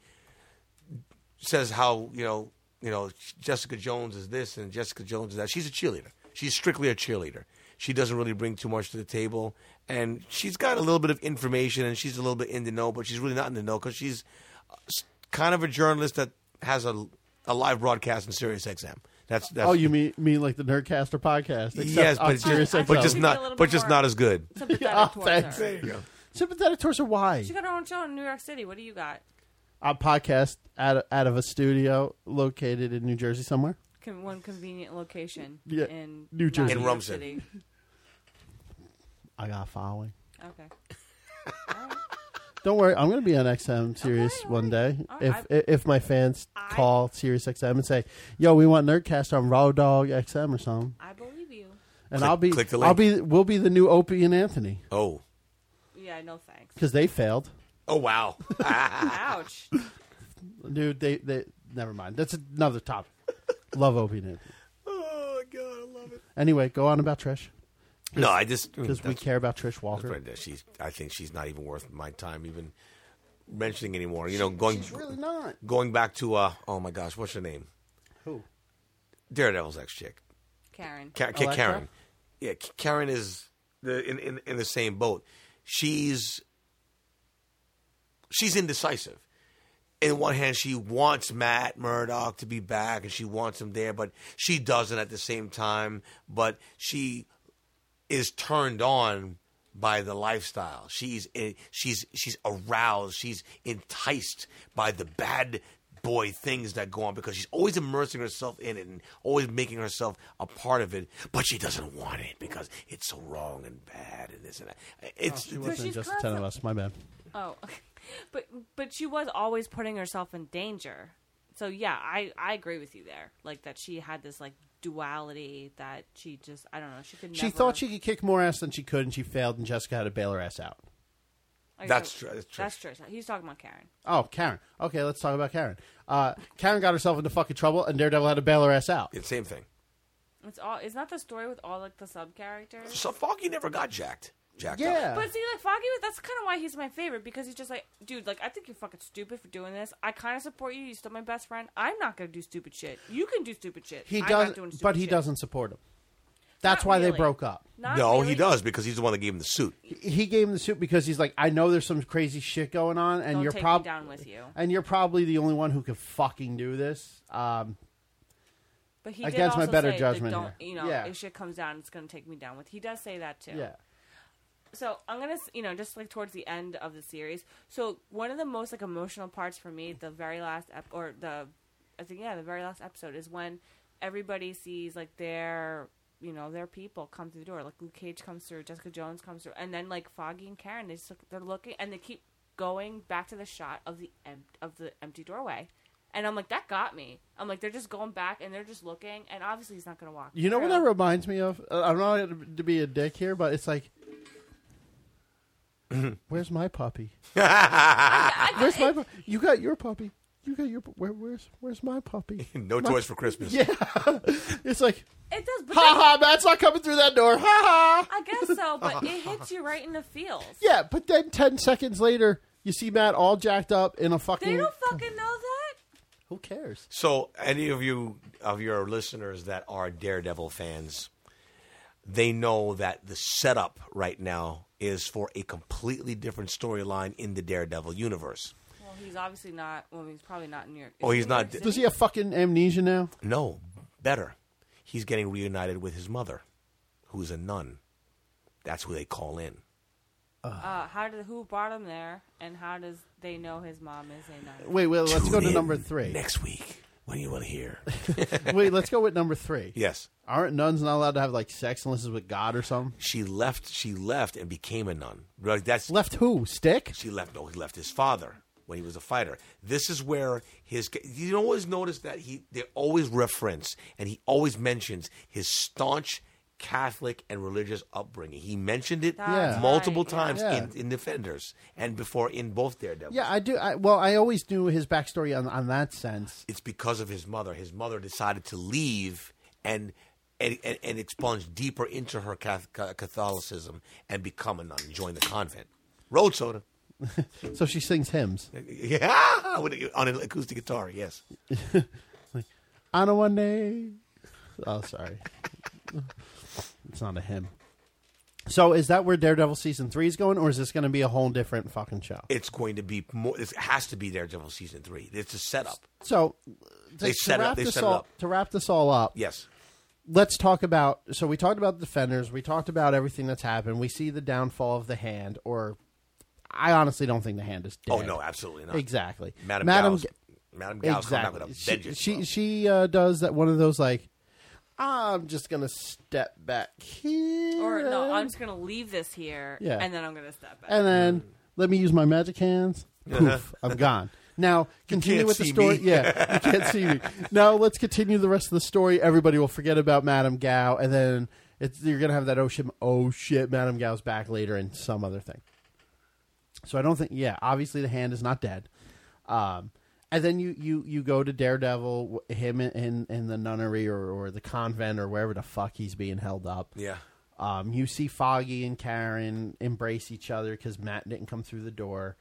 S3: says how you know you know Jessica Jones is this and Jessica Jones is that. She's a cheerleader. She's strictly a cheerleader. She doesn't really bring too much to the table, and she's got a little bit of information and she's a little bit in the know, but she's really not in the know because she's uh, s- kind of a journalist that has a a live broadcast in Sirius XM. That's that's
S1: Oh, you mean mean like the Nerdcaster podcast? Except
S3: yes,
S1: on
S3: but,
S1: Sirius
S3: just,
S2: I- I
S1: XM.
S3: but
S2: thought
S3: just
S2: we'd be a little
S3: not but
S2: bit
S3: just
S2: more-
S3: not as good.
S2: Sympathetic
S1: Oh,
S2: towards
S1: thanks.
S2: her.
S3: you go.
S1: Sympathetic towards her. Why?
S2: She got her own show in New York City. What do you got?
S1: A podcast out of, out of a studio located in New Jersey somewhere.
S2: Con- one convenient location
S1: Yeah,
S2: in
S1: New
S2: not
S1: Jersey.
S3: In
S2: New York
S3: Rumson.
S2: City.
S1: I got following.
S2: Okay.
S1: Don't worry, I'm going to be on XM Sirius
S2: Okay, all
S1: one day.
S2: All
S1: If
S2: right.
S1: if my fans
S2: I-
S1: call Sirius XM and say, "Yo, we want Nerdcast on Raw Dog XM or something,"
S2: I believe you.
S1: and
S3: Click-
S1: I'll be
S3: click the
S1: I'll
S3: link.
S1: be we'll be the new Opie and Anthony
S3: Oh
S2: Yeah, no thanks.
S1: because they failed,
S3: oh wow. Ah.
S2: Ouch.
S1: dude. They they never mind. That's another topic. Love Opie and Anthony.
S3: oh god, I love it.
S1: Anyway, go on about Trish
S3: No, I just
S1: because we
S3: that's-
S1: care about Trish
S3: That's
S1: Walker.
S3: right. there. She's. I think she's not even worth my time even mentioning anymore. You know, going
S1: She's really not.
S3: going back to uh. Oh my gosh, what's her name?
S1: Who?
S3: Daredevil's ex chick,
S2: Karen.
S3: Ka- Ka-
S1: Elektra?
S3: Karen. Yeah, K- Karen is the in, in in the same boat. She's she's indecisive. In one hand, she wants Matt Murdock to be back, and she wants him there, but she doesn't at the same time. But she is turned on by the lifestyle. She's she's she's aroused. She's enticed by the bad boy things that go on because she's always immersing herself in it and always making herself a part of it. But she doesn't want it because it's so wrong and bad and this and that. It's
S2: was-
S1: Listen,
S2: she's
S1: just the ten of
S2: constant-
S1: us. My bad.
S2: Oh, but but she was always putting herself in danger. So yeah, I I agree with you there. Like that she had this like duality that she just I don't know she could.
S1: She thought she could kick more ass than she could, and she failed. And Jessica had to bail her ass out.
S3: That's tr- that's
S2: Oh,
S3: true.
S2: That's true. He's talking about Karen.
S1: Oh, Karen. Okay, let's talk about Karen. Uh, Karen got herself into fucking trouble, and Daredevil had to bail her ass out.
S3: it's same thing.
S2: It's all. Isn't that the story with all like the sub characters?
S3: So Foggy never got jacked. Jacked up.
S1: Yeah.
S2: But see, like Foggy, that's kind of why he's my favorite because he's just like, dude, like I think you're fucking stupid for doing this. I kind of support you. You're still my best friend. I'm not gonna do stupid shit. You can do stupid shit.
S1: he
S2: I'm
S1: does,
S2: not doing stupid
S1: but he
S2: shit.
S1: doesn't support him. That's
S2: Not
S1: why they
S2: really.
S1: broke up.
S2: Not
S3: No,
S2: really.
S3: he does because he's the one that gave him the suit.
S1: He gave him the suit because he's like, I know there's some crazy shit going on, and
S2: Don't
S1: you're
S2: take me
S1: probably
S2: down with you.
S1: and you're probably the only one who can fucking do this. Um,
S2: But he
S1: Against
S2: did
S1: my
S2: also
S1: better
S2: say,
S1: judgment
S2: Like, don't
S1: here.
S2: you know?
S1: Yeah.
S2: If shit comes down, it's gonna take me down with. He does say that too.
S1: yeah.
S2: So I'm gonna, s- you know, just like towards the end of the series. So one of the most like emotional parts for me, the very last ep- or the, I think yeah, the very last episode is when everybody sees like their, you know, their people come through the door. Like Luke Cage comes through, Jessica Jones comes through, and then like Foggy and Karen, they just look, they're looking and they keep going back to the shot of the em- of the empty doorway. And I'm like, that got me. I'm like, they're just going back and they're just looking, and obviously he's not going to walk.
S1: You know what
S2: through.
S1: that reminds me of? Uh, I'm not to be a dick here, but it's like, where's my puppy? where's my puppy? You got your puppy. you got your where, where's where's my puppy?
S3: No toys for Christmas.
S1: yeah, it's like
S2: It does, but
S1: ha
S2: then,
S1: ha, Matt's not coming through that door. Ha ha.
S2: I guess so. But it hits you right in the feels.
S1: Yeah, but then ten seconds later, you see Matt all jacked up in a fucking.
S2: They don't fucking know that.
S1: Who cares?
S3: So, any of you of your listeners that are Daredevil fans, they know that the setup right now is for a completely different storyline in the Daredevil universe.
S2: Well, he's obviously not. Well, he's probably not in New York.
S3: Oh, he's not-
S1: Does he have fucking amnesia now?
S3: No, better. He's getting reunited with his mother, who's a nun. That's who they call in.
S2: Uh, how did who brought him there, and how does they know his mom is a nun?
S1: Wait, wait. Let's go
S3: Tune
S1: to
S3: in
S1: number three.
S3: Next week. What do you want to hear?
S1: Wait, let's go with number three.
S3: yes.
S1: Aren't nuns not allowed to have like sex unless it's with God or something?
S3: She left she left and became a nun. Like, That's
S1: Left who? Stick?
S3: She left. No, he left his father when he was a fighter. This is where his. You always notice that he they always reference and he always mentions his staunch Catholic and religious upbringing. He mentioned it
S2: That's
S1: Yeah.
S3: multiple
S2: right, yeah.
S3: times
S1: Yeah.
S3: in, in Defenders and before in both Daredevils.
S1: Yeah, I do. I, well, I always knew his backstory on, on that sense.
S3: it's because of his mother. His mother decided to leave and. And, and, and expunge deeper into her Cath- Catholicism and become a nun, join the convent. Road soda.
S1: So she sings hymns.
S3: Yeah, with, on an acoustic guitar, yes.
S1: On a one day. Oh, sorry. it's not a hymn. So is that where Daredevil season three is going, or is this going to be a whole different fucking show?
S3: it's going to be more. It has to be Daredevil season three. It's a setup.
S1: So to,
S3: They
S1: to
S3: set it-
S1: wrap
S3: they
S1: this
S3: set it
S1: all
S3: up.
S1: to wrap this all up.
S3: Yes,
S1: let's talk about so we talked about the defenders we talked about everything that's happened we see the downfall of the hand or i honestly don't think the hand is dead
S3: Oh, no, absolutely not.
S1: exactly
S3: Madam.
S1: madam
S3: Madam. Gals, Madam Gals come back with a
S1: exactly she
S3: vengeance,
S1: she,
S3: bro.
S1: she uh, does that one of those like i'm just gonna step back here
S2: Or no, I'm just gonna leave this here,
S1: Yeah.
S2: and then I'm gonna step back.
S1: and then let me use my magic hands poof i'm gone now continue
S3: Uh-huh. can't
S1: with the
S3: see
S1: story
S3: me.
S1: yeah you can't see me now let's continue the rest of the story everybody will forget about madame gao and then it's, you're gonna have that oh shit oh shit madame gao's back later and some other thing so i don't think yeah obviously the hand is not dead um and then you, you, you go to Daredevil, w- him in, in, in the nunnery or, or the convent or wherever the fuck he's being held up.
S3: yeah.
S1: Um, you see Foggy and Karen embrace each other because Matt didn't come through the door.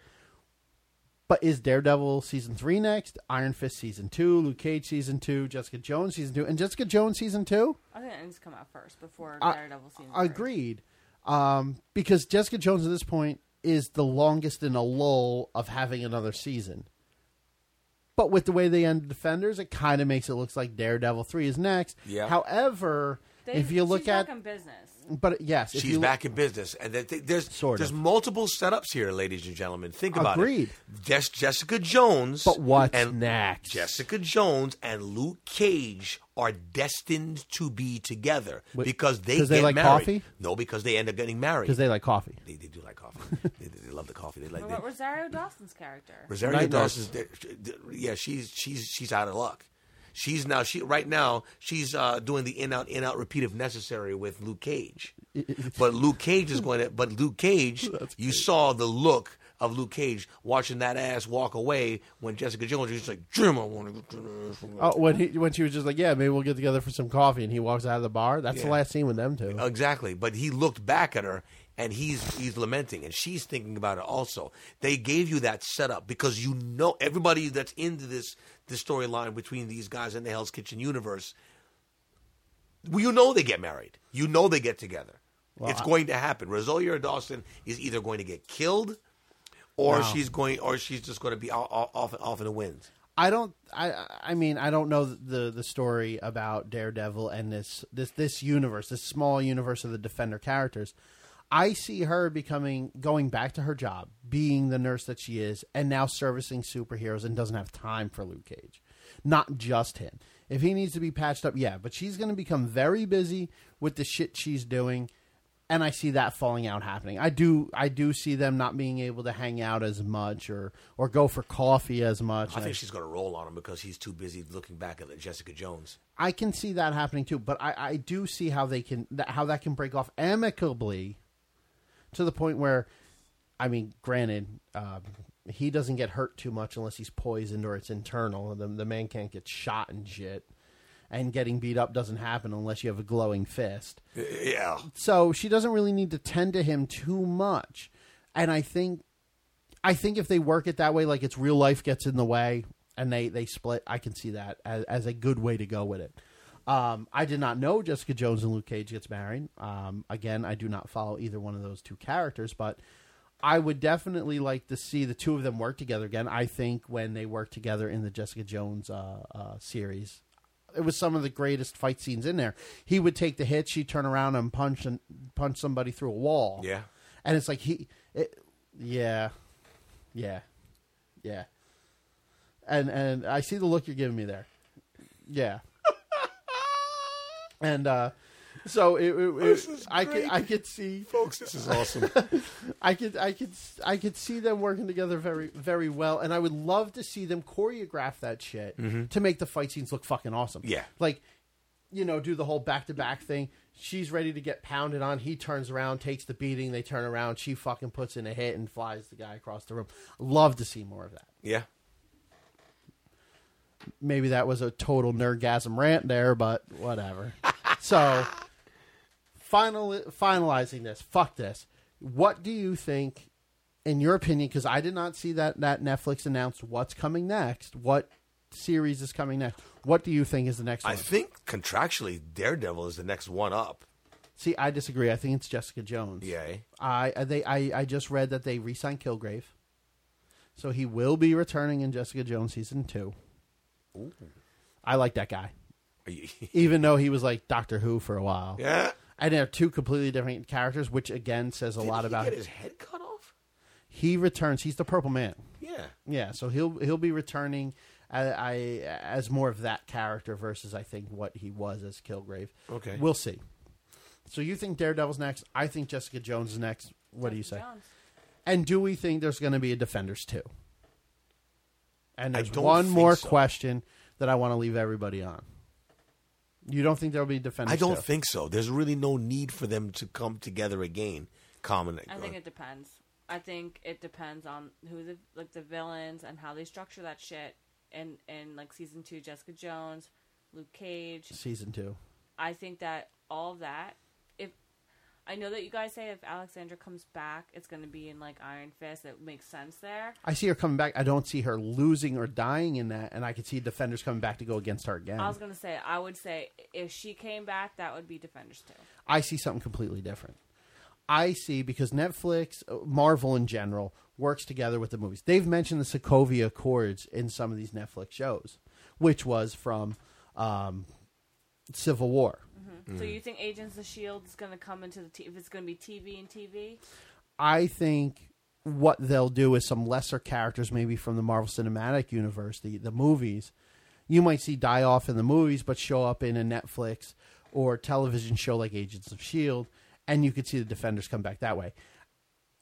S1: But is Daredevil season three next? Iron Fist season two, Luke Cage season two, Jessica Jones season two, and Jessica Jones season two?
S2: I think ends come out first before
S1: I-
S2: Daredevil season. three.
S1: Agreed. Um, because Jessica Jones at this point is the longest in a lull of having another season. But with the way they end Defenders, it kind of makes it look like Daredevil three is next.
S3: Yeah.
S1: However,
S2: They-
S1: if you look
S2: she's
S1: at,
S2: back in business,
S1: but yes, if
S3: She's
S1: you look-
S3: back in business, and that- there's
S1: Sort
S3: there's
S1: of.
S3: multiple setups here, ladies and gentlemen. Think about
S1: Agreed.
S3: it. Jess, Jessica Jones,
S1: But what's
S3: and
S1: next?
S3: Jessica Jones and Luke Cage are destined to be together
S1: Wait,
S3: because they
S1: 'cause
S3: get
S1: they like
S3: married.
S1: coffee?
S3: No, because they end up getting married.
S1: because they like coffee.
S3: they, they do like coffee. they, they love the coffee. They like
S2: What
S3: they-
S2: about Rosario Dawson's character?
S3: Rosario
S1: Night nurse.
S3: Dawson's there. sh- th- Yeah, she's she's she's out of luck. She's now she right now she's uh, doing the in out in out repeat if necessary with Luke Cage. but Luke Cage is going to. But Luke Cage, you saw the look of Luke Cage watching that ass walk away when Jessica Jones was just like Jim, I want to go. to the ass."
S1: Oh, when he when she was just like, yeah, maybe we'll get together for some coffee, and he walks out of the bar. That's the
S3: Yeah.
S1: last scene with them two.
S3: Exactly. But he looked back at her and he's he's lamenting and she's thinking about it also. They gave you that setup because you know everybody that's into this this storyline between these guys in the Hell's Kitchen universe, well, you know they get married. You know they get together. it's going to happen. Rosalia Dawson is either going to get killed or she's going or she's just going to be off off, off in the wind.
S1: I don't. I I mean, I don't know the the story about Daredevil and this this this universe, this small universe of the Defender characters. I see her becoming going back to her job, being the nurse that she is, and now servicing superheroes and doesn't have time for Luke Cage, not just him. If he needs to be patched up, yeah, but she's going to become very busy with the shit she's doing, and I see that falling out happening. I do, I do see them not being able to hang out as much or or go for coffee as much.
S3: I
S1: and
S3: think she's going to roll on him because he's too busy looking back at Jessica Jones.
S1: I can see that happening too, but I, I do see how they can that, how that can break off amicably to the point where, I mean, granted, um, he doesn't get hurt too much unless he's poisoned or it's internal. The, the man can't get shot and shit. And getting beat up doesn't happen unless you have a glowing fist.
S3: Yeah.
S1: So she doesn't really need to tend to him too much. And I think I think if they work it that way, like it's real life gets in the way and they, they split, I can see that as, as a good way to go with it. Um, I did not know Jessica Jones and Luke Cage gets married. Um, again, I do not follow either one of those two characters, but I would definitely like to see the two of them work together again. I think when they worked together in the Jessica Jones uh, uh, series, it was some of the greatest fight scenes in there. He would take the hit, she'd turn around and punch and punch somebody through a wall.
S3: Yeah.
S1: and it's like he, it, yeah, yeah, yeah. And and I see the look you're giving me there. Yeah. and uh so it, it, it-
S3: is
S1: I could
S3: great.
S1: I could see
S3: Folks, this is awesome.
S1: I could I could I could see them working together very very well, and I would love to see them choreograph that shit to make the fight scenes look fucking awesome.
S3: Yeah.
S1: like you know, do the whole back to back thing. She's ready to get pounded on. He turns around, takes the beating. They turn around. She fucking puts in a hit and flies the guy across the room. Love to see more of that.
S3: yeah.
S1: Maybe that was a total nerdgasm rant there, but whatever. so, final finalizing this. Fuck this. What do you think, in your opinion? Because I did not see that that Netflix announced what's coming next. What series is coming next? What do you think is the next
S3: I
S1: one?
S3: think contractually, Daredevil is the next one up.
S1: see, I disagree. I think it's Jessica Jones.
S3: Yeah. eh?
S1: I I- they I, I just read that they re-signed Kilgrave, so he will be returning in Jessica Jones season two. I like that guy, even though he was like Doctor Who for a while.
S3: yeah.
S1: And they're two completely different characters, which again says a lot
S3: Did he
S1: about
S3: get
S1: him.
S3: his head cut off.
S1: He returns. He's the Purple Man.
S3: Yeah.
S1: Yeah, so he'll he'll be returning. I, I as more of that character versus I think what he was as Kilgrave.
S3: Okay.
S1: we'll see. So you think Daredevil's next? I think Jessica Jones is next. What do you say?
S2: Jones.
S1: And do we think there's going to be a Defenders 2? And
S3: I
S1: there's
S3: don't
S1: one
S3: think
S1: more
S3: so.
S1: question that I want to leave everybody on. You don't think there'll be Defenders
S3: I don't
S1: 2?
S3: think so. There's really no need for them to come together again. Common. uh,
S2: I think it depends. I think it depends on who the like the villains and how they structure that shit. And and like season two, Jessica Jones, Luke Cage.
S1: Season 2.
S2: I think that all of that, if I know that you guys say if Alexandra comes back, it's going to be in like Iron Fist. That makes sense there.
S1: I see her coming back. I don't see her losing or dying in that, and I could see Defenders coming back to go against her again.
S2: I was going to say I would say if she came back, that would be Defenders too.
S1: I see something completely different. I see because Netflix, uh, Marvel in general, works together with the movies. They've mentioned the Sokovia Accords in some of these Netflix shows, which was from um, Civil War.
S2: So you think Agents of Shield E is going to come into the t- if it's going to be TV and TV?
S1: I think what they'll do is some lesser characters, maybe from the Marvel Cinematic Universe, the the movies. You might see die off in the movies, but show up in a Netflix or television show like Agents of Shield, E and you could see the Defenders come back that way.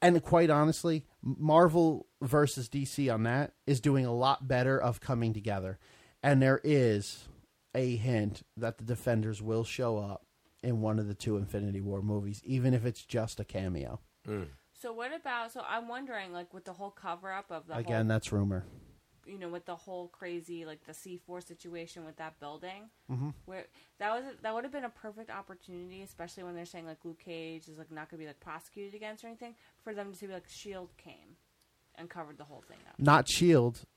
S1: And quite honestly, Marvel versus DC on that is doing a lot better of coming together, and there is a hint that the Defenders will show up in one of the two Infinity War movies, even if it's just a cameo.
S2: So what about? So I'm wondering, like with the whole cover up of the
S1: Again,
S2: whole,
S1: that's rumor.
S2: you know, with the whole crazy like the C4 situation with that building,
S1: Mm-hmm.
S2: where that was that would have been a perfect opportunity, especially when they're saying like Luke Cage is like not going to be like prosecuted against or anything, for them to be like Shield E came and covered the whole thing up.
S1: Not Shield. E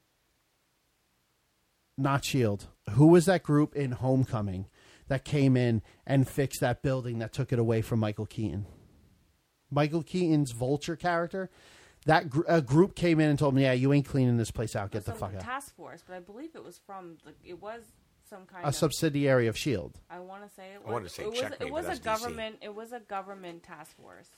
S1: Not Shield. E Who was that group in Homecoming that came in and fixed that building that took it away from Michael Keaton? Michael Keaton's Vulture character. That gr- a group came in and told him, "Yeah, you ain't cleaning this place out. Get the
S2: Some
S1: fuck out."
S2: task force, but I believe it was from like it was some kind
S1: A
S2: of
S1: subsidiary of Shield.
S2: I want to say it was.
S3: I wanted to say
S2: it was,
S3: checkmate,
S2: it
S3: but
S2: was a
S3: that's DC.
S2: government. It was a government task force.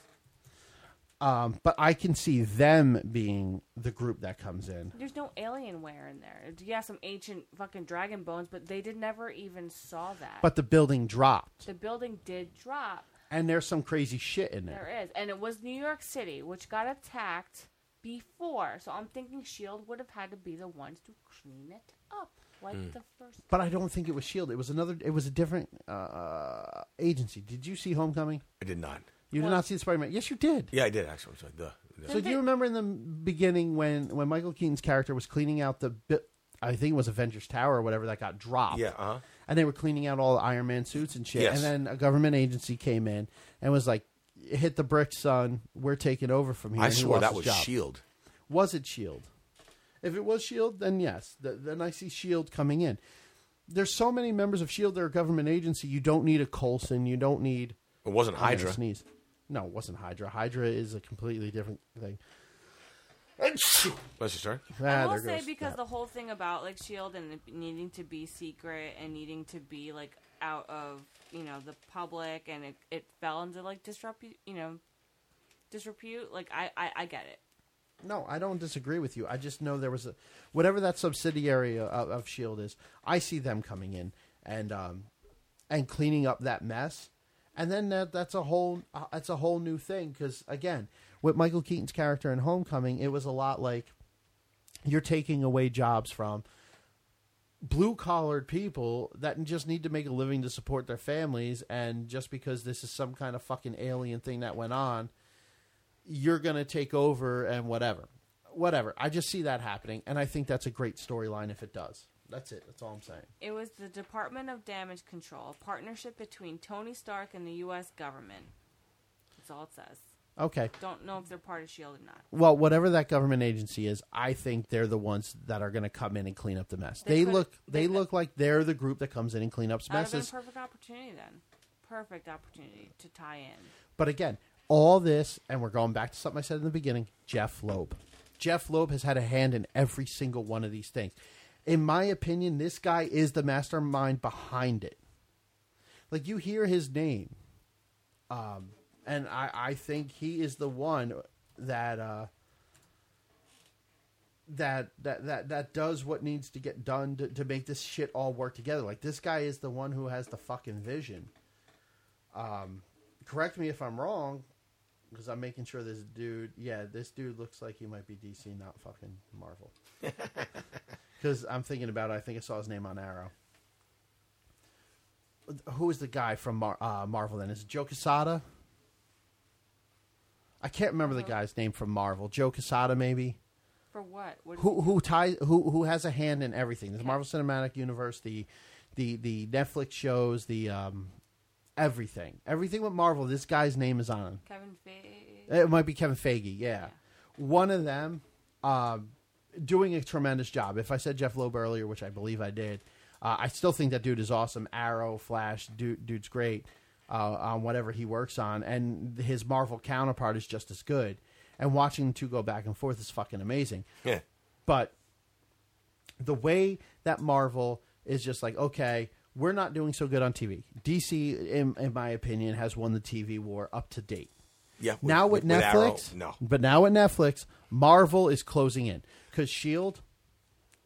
S1: Um, but I can see them being the group that comes in.
S2: There's no alienware in there. Yeah, some ancient fucking dragon bones, but they did never even saw that.
S1: But the building dropped,
S2: the building did drop.
S1: and there's some crazy shit in there.
S2: There is, and it was New York City, which got attacked before. So I'm thinking Shield E would have had to be the ones to clean it up, like the first.
S1: But I don't think it was Shield. It was another. It was a different uh, agency. Did you see Homecoming?
S3: I did not.
S1: You did not see the Spider Man. Yes, you did.
S3: Yeah, I did actually. It's like, duh.
S1: So do you remember in the beginning when when Michael Keaton's character was cleaning out the bi- I think it was Avengers Tower or whatever that got dropped.
S3: Yeah, uh-huh.
S1: And they were cleaning out all the Iron Man suits and shit.
S3: Yes.
S1: And then a government agency came in and was like, "Hit the brick, son. We're taking over from here."
S3: I E
S1: and he
S3: swore
S1: lost his
S3: that was
S1: job.
S3: Shield.
S1: Was it Shield? E If it was Shield, E then yes. Th- then I see Shield coming in. There's so many members of Shield. E They're a government agency. You don't need a Colson. You don't need
S3: It wasn't
S1: I'm gonna
S3: Hydra.
S1: Sneeze. No, it wasn't Hydra. Hydra is a completely different thing.
S3: Let's just start.
S1: Ah,
S2: I will
S1: there
S2: say
S1: goes
S2: because
S1: that.
S2: the whole thing about like Shield E and it needing to be secret and needing to be like out of you know the public and it, it fell into like disrepute you know disrepute like I, I I get it
S1: No, I don't disagree with you. I just know there was a whatever that subsidiary uh, of, of Shield is. I see them coming in and um, and cleaning up that mess, and then that, that's a whole uh, that's a whole new thing. Because again, with Michael Keaton's character in Homecoming, it was a lot like you're taking away jobs from blue collared people that just need to make a living to support their families, and just because this is some kind of fucking alien thing that went on, you're going to take over and whatever. Whatever. I just see that happening, and I think that's a great storyline if it does. That's it. That's all I'm saying.
S2: It was the Department of Damage Control, a partnership between Tony Stark and the U.S. government. That's all it says.
S1: Okay.
S2: Don't know if they're part of Shield E or not.
S1: Well, whatever that government agency is, I think they're the ones that are going to come in and clean up the mess. They,
S2: They could-
S1: look they,
S2: they-
S1: look like they're the group that comes in and clean up
S2: That would have
S1: messes.
S2: been a perfect opportunity then. Perfect opportunity to tie in.
S1: But again, all this, and we're going back to something I said in the beginning Jeff Loeb. Jeff Loeb has had a hand in every single one of these things. In my opinion, this guy is the mastermind behind it. Like, you hear his name, um, and I, I think he is the one that. Uh, that that that that does what needs to get done to, to make this shit all work together. Like this guy is the one who has the fucking vision. Um, correct me if I'm wrong, because I'm making sure this dude. Yeah, this dude looks like he might be DC, not fucking Marvel. Because I'm thinking about it, I think I saw his name on Arrow. Who is the guy from Mar- uh, Marvel? Then is it Joe Quesada? I can't remember the guy's name from Marvel. Joe Quesada, maybe
S2: For what? what
S1: who who ties who who has a hand in everything. The Marvel Cinematic Universe, the the the Netflix shows, the um everything, everything with Marvel. This guy's name is on.
S2: Kevin Feige.
S1: It might be Kevin Feige. Yeah, one of them, um, doing a tremendous job. If I said Jeff Loeb earlier, which I believe I did, uh, I still think that dude is awesome. Arrow, Flash, dude, dude's great uh, on whatever he works on, and his Marvel counterpart is just as good. And watching the two go back and forth is fucking amazing
S3: Yeah.
S1: but the way that Marvel is just like, okay, we're not doing so good on TV. DC, in, in my opinion, has won the TV war up to date.
S3: Yeah. with-
S1: now with,
S3: Arrow,
S1: Netflix,
S3: no.
S1: but now with Netflix, Marvel is closing in because Shield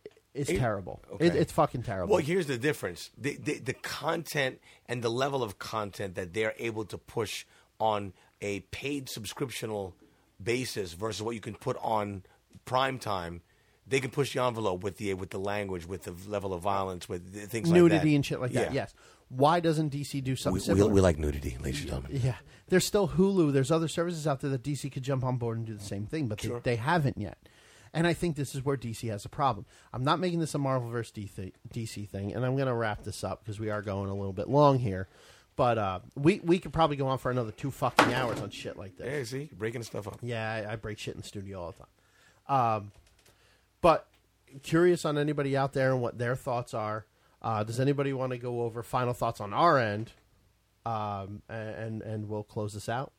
S1: E is terrible. It,
S3: okay.
S1: it's fucking terrible.
S3: Well, here's the difference: the, the the content and the level of content that they're able to push on a paid subscriptional basis versus what you can put on prime time. They can push the envelope with the with the language, with the level of violence, with th- things like that.
S1: Nudity and shit like that.
S3: Yeah.
S1: Yes. Why doesn't DC do
S3: we,
S1: something
S3: we,
S1: similar?
S3: we like nudity, ladies and gentlemen.
S1: Yeah, there's still Hulu. There's other services out there that DC could jump on board and do the same thing, but they, they haven't yet. And I think this is where DC has a problem. I'm not making this a Marvel versus DC DC thing, and I'm going to wrap this up because we are going a little bit long here. But uh, we we could probably go on for another two fucking hours on shit like this.
S3: Yeah, see, you're breaking stuff up.
S1: Yeah, I, I break shit in the studio all the time. Um, but curious on anybody out there and what their thoughts are. Uh, does anybody want to go over final thoughts on our end? Um, and and we'll close this out.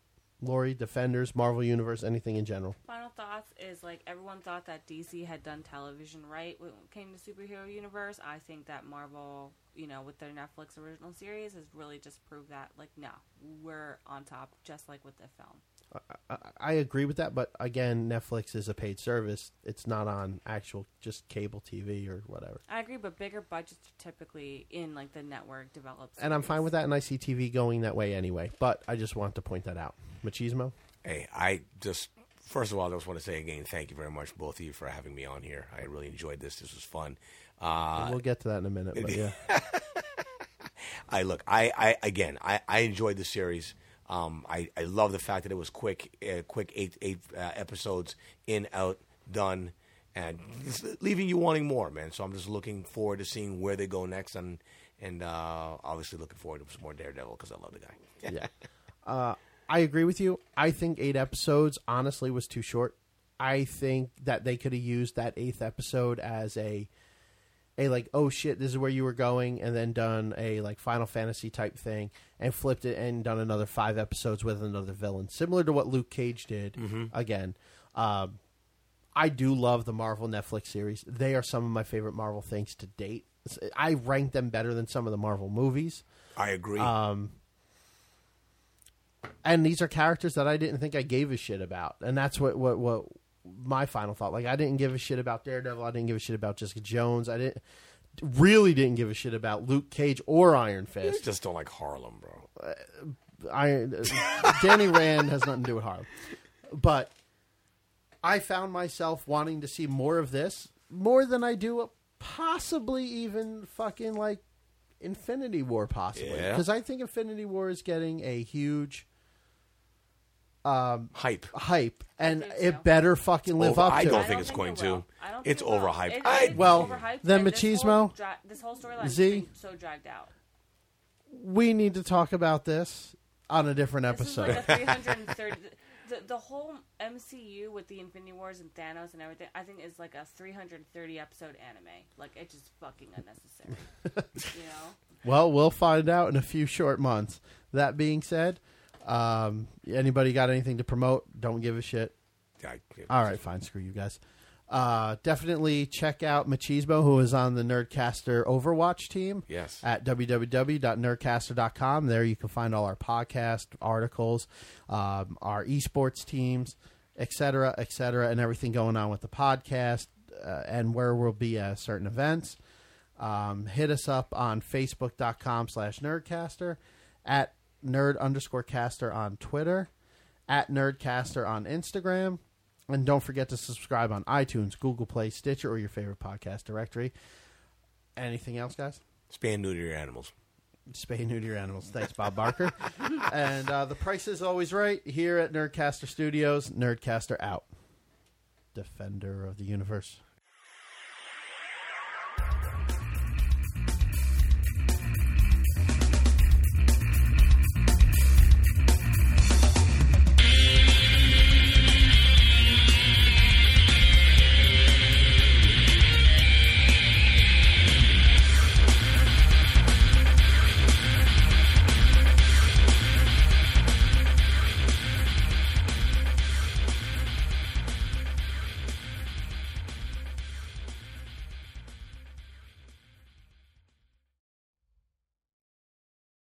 S1: Lori, Defenders, Marvel Universe, anything in general.
S2: Final thoughts is like everyone thought that DC had done television right when it came to superhero universe. I think that Marvel, you know, with their Netflix original series, has really just proved that like no, we're on top, just like with the film.
S1: I, I agree with that, but again, Netflix is a paid service. It's not on actual just cable TV or whatever.
S2: I agree, but bigger budgets are typically in like the network develops.
S1: And I'm fine with that, and I see TV going that way anyway. But I just want to point that out. Machismo.
S3: Hey, I just first of all, I just want to say again, thank you very much, both of you, for having me on here. I really enjoyed this. This was fun. Uh,
S1: We'll get to that in a minute. But yeah.
S3: I look, I, I again, I, I enjoyed the series. Um, I, I love the fact that it was quick, uh, quick eight eight uh, episodes in, out, done, and it's leaving you wanting more, man. So I'm just looking forward to seeing where they go next, and and uh, obviously looking forward to some more Daredevil because I love the guy.
S1: yeah. Uh, I agree with you. I think eight episodes honestly was too short. I think that they could have used that eighth episode as a a like oh shit this is where you were going and then done a like Final Fantasy type thing and flipped it and done another five episodes with another villain similar to what Luke Cage did again. Um, I do love the Marvel Netflix series. They are some of my favorite Marvel things to date. I rank them better than some of the Marvel movies
S3: I agree.
S1: Uh, and these are characters that I didn't think I gave a shit about, and that's what what what my final thought. Like I didn't give a shit about Daredevil. I didn't give a shit about Jessica Jones. I didn't really didn't give a shit about Luke Cage or Iron
S3: I
S1: Fist.
S3: just don't like Harlem, bro.
S1: Iron uh, Danny Rand has nothing to do with Harlem, but I found myself wanting to see more of this more than I do possibly even fucking like Infinity War possibly
S3: Yeah.
S1: because I think Infinity War is getting a huge
S3: Hype.
S1: hype, and
S2: think so.
S1: it better fucking live
S3: Over-
S1: up
S3: Oh, I
S1: to
S3: don't
S1: it.
S3: think it's going
S2: it will.
S3: to.
S2: I don't
S3: It's
S2: think it will.
S3: overhyped.
S2: It-
S3: I-
S2: it's
S1: Well,
S2: overhyped,
S1: then
S2: and this whole,
S1: machismo.
S2: dra- this whole storyline has
S1: Z.
S2: been so dragged out.
S1: We need to talk about this on a different
S2: This is
S1: episode.
S2: like a 330. the, the whole MCU with the Infinity Wars and Thanos and everything, I think, is like a 330 episode anime. Like, it's just fucking unnecessary. you know?
S1: well, we'll find out in a few short months. That being said, um, anybody got anything to promote? Don't give a shit.
S3: I,
S1: All right, fine. Screw you guys. Uh, definitely check out Machismo, who is on the Nerdcaster Overwatch team.
S3: Yes.
S1: At www.nerdcaster.com. There you can find all our podcast articles, um, our esports teams, et cetera, et cetera, and everything going on with the podcast uh, and where we'll be at certain events. Um, hit us up on facebook.com slash nerdcaster, at nerd underscore caster on Twitter, at nerdcaster on Instagram, and don't forget to subscribe on iTunes, Google Play, Stitcher, or your favorite podcast directory. Anything else, guys?
S3: Spay and neuter your animals.
S1: Spay new to your animals. Thanks, Bob Barker. and uh, the price is always right here at Nerdcaster Studios. Nerdcaster out. Defender of the universe.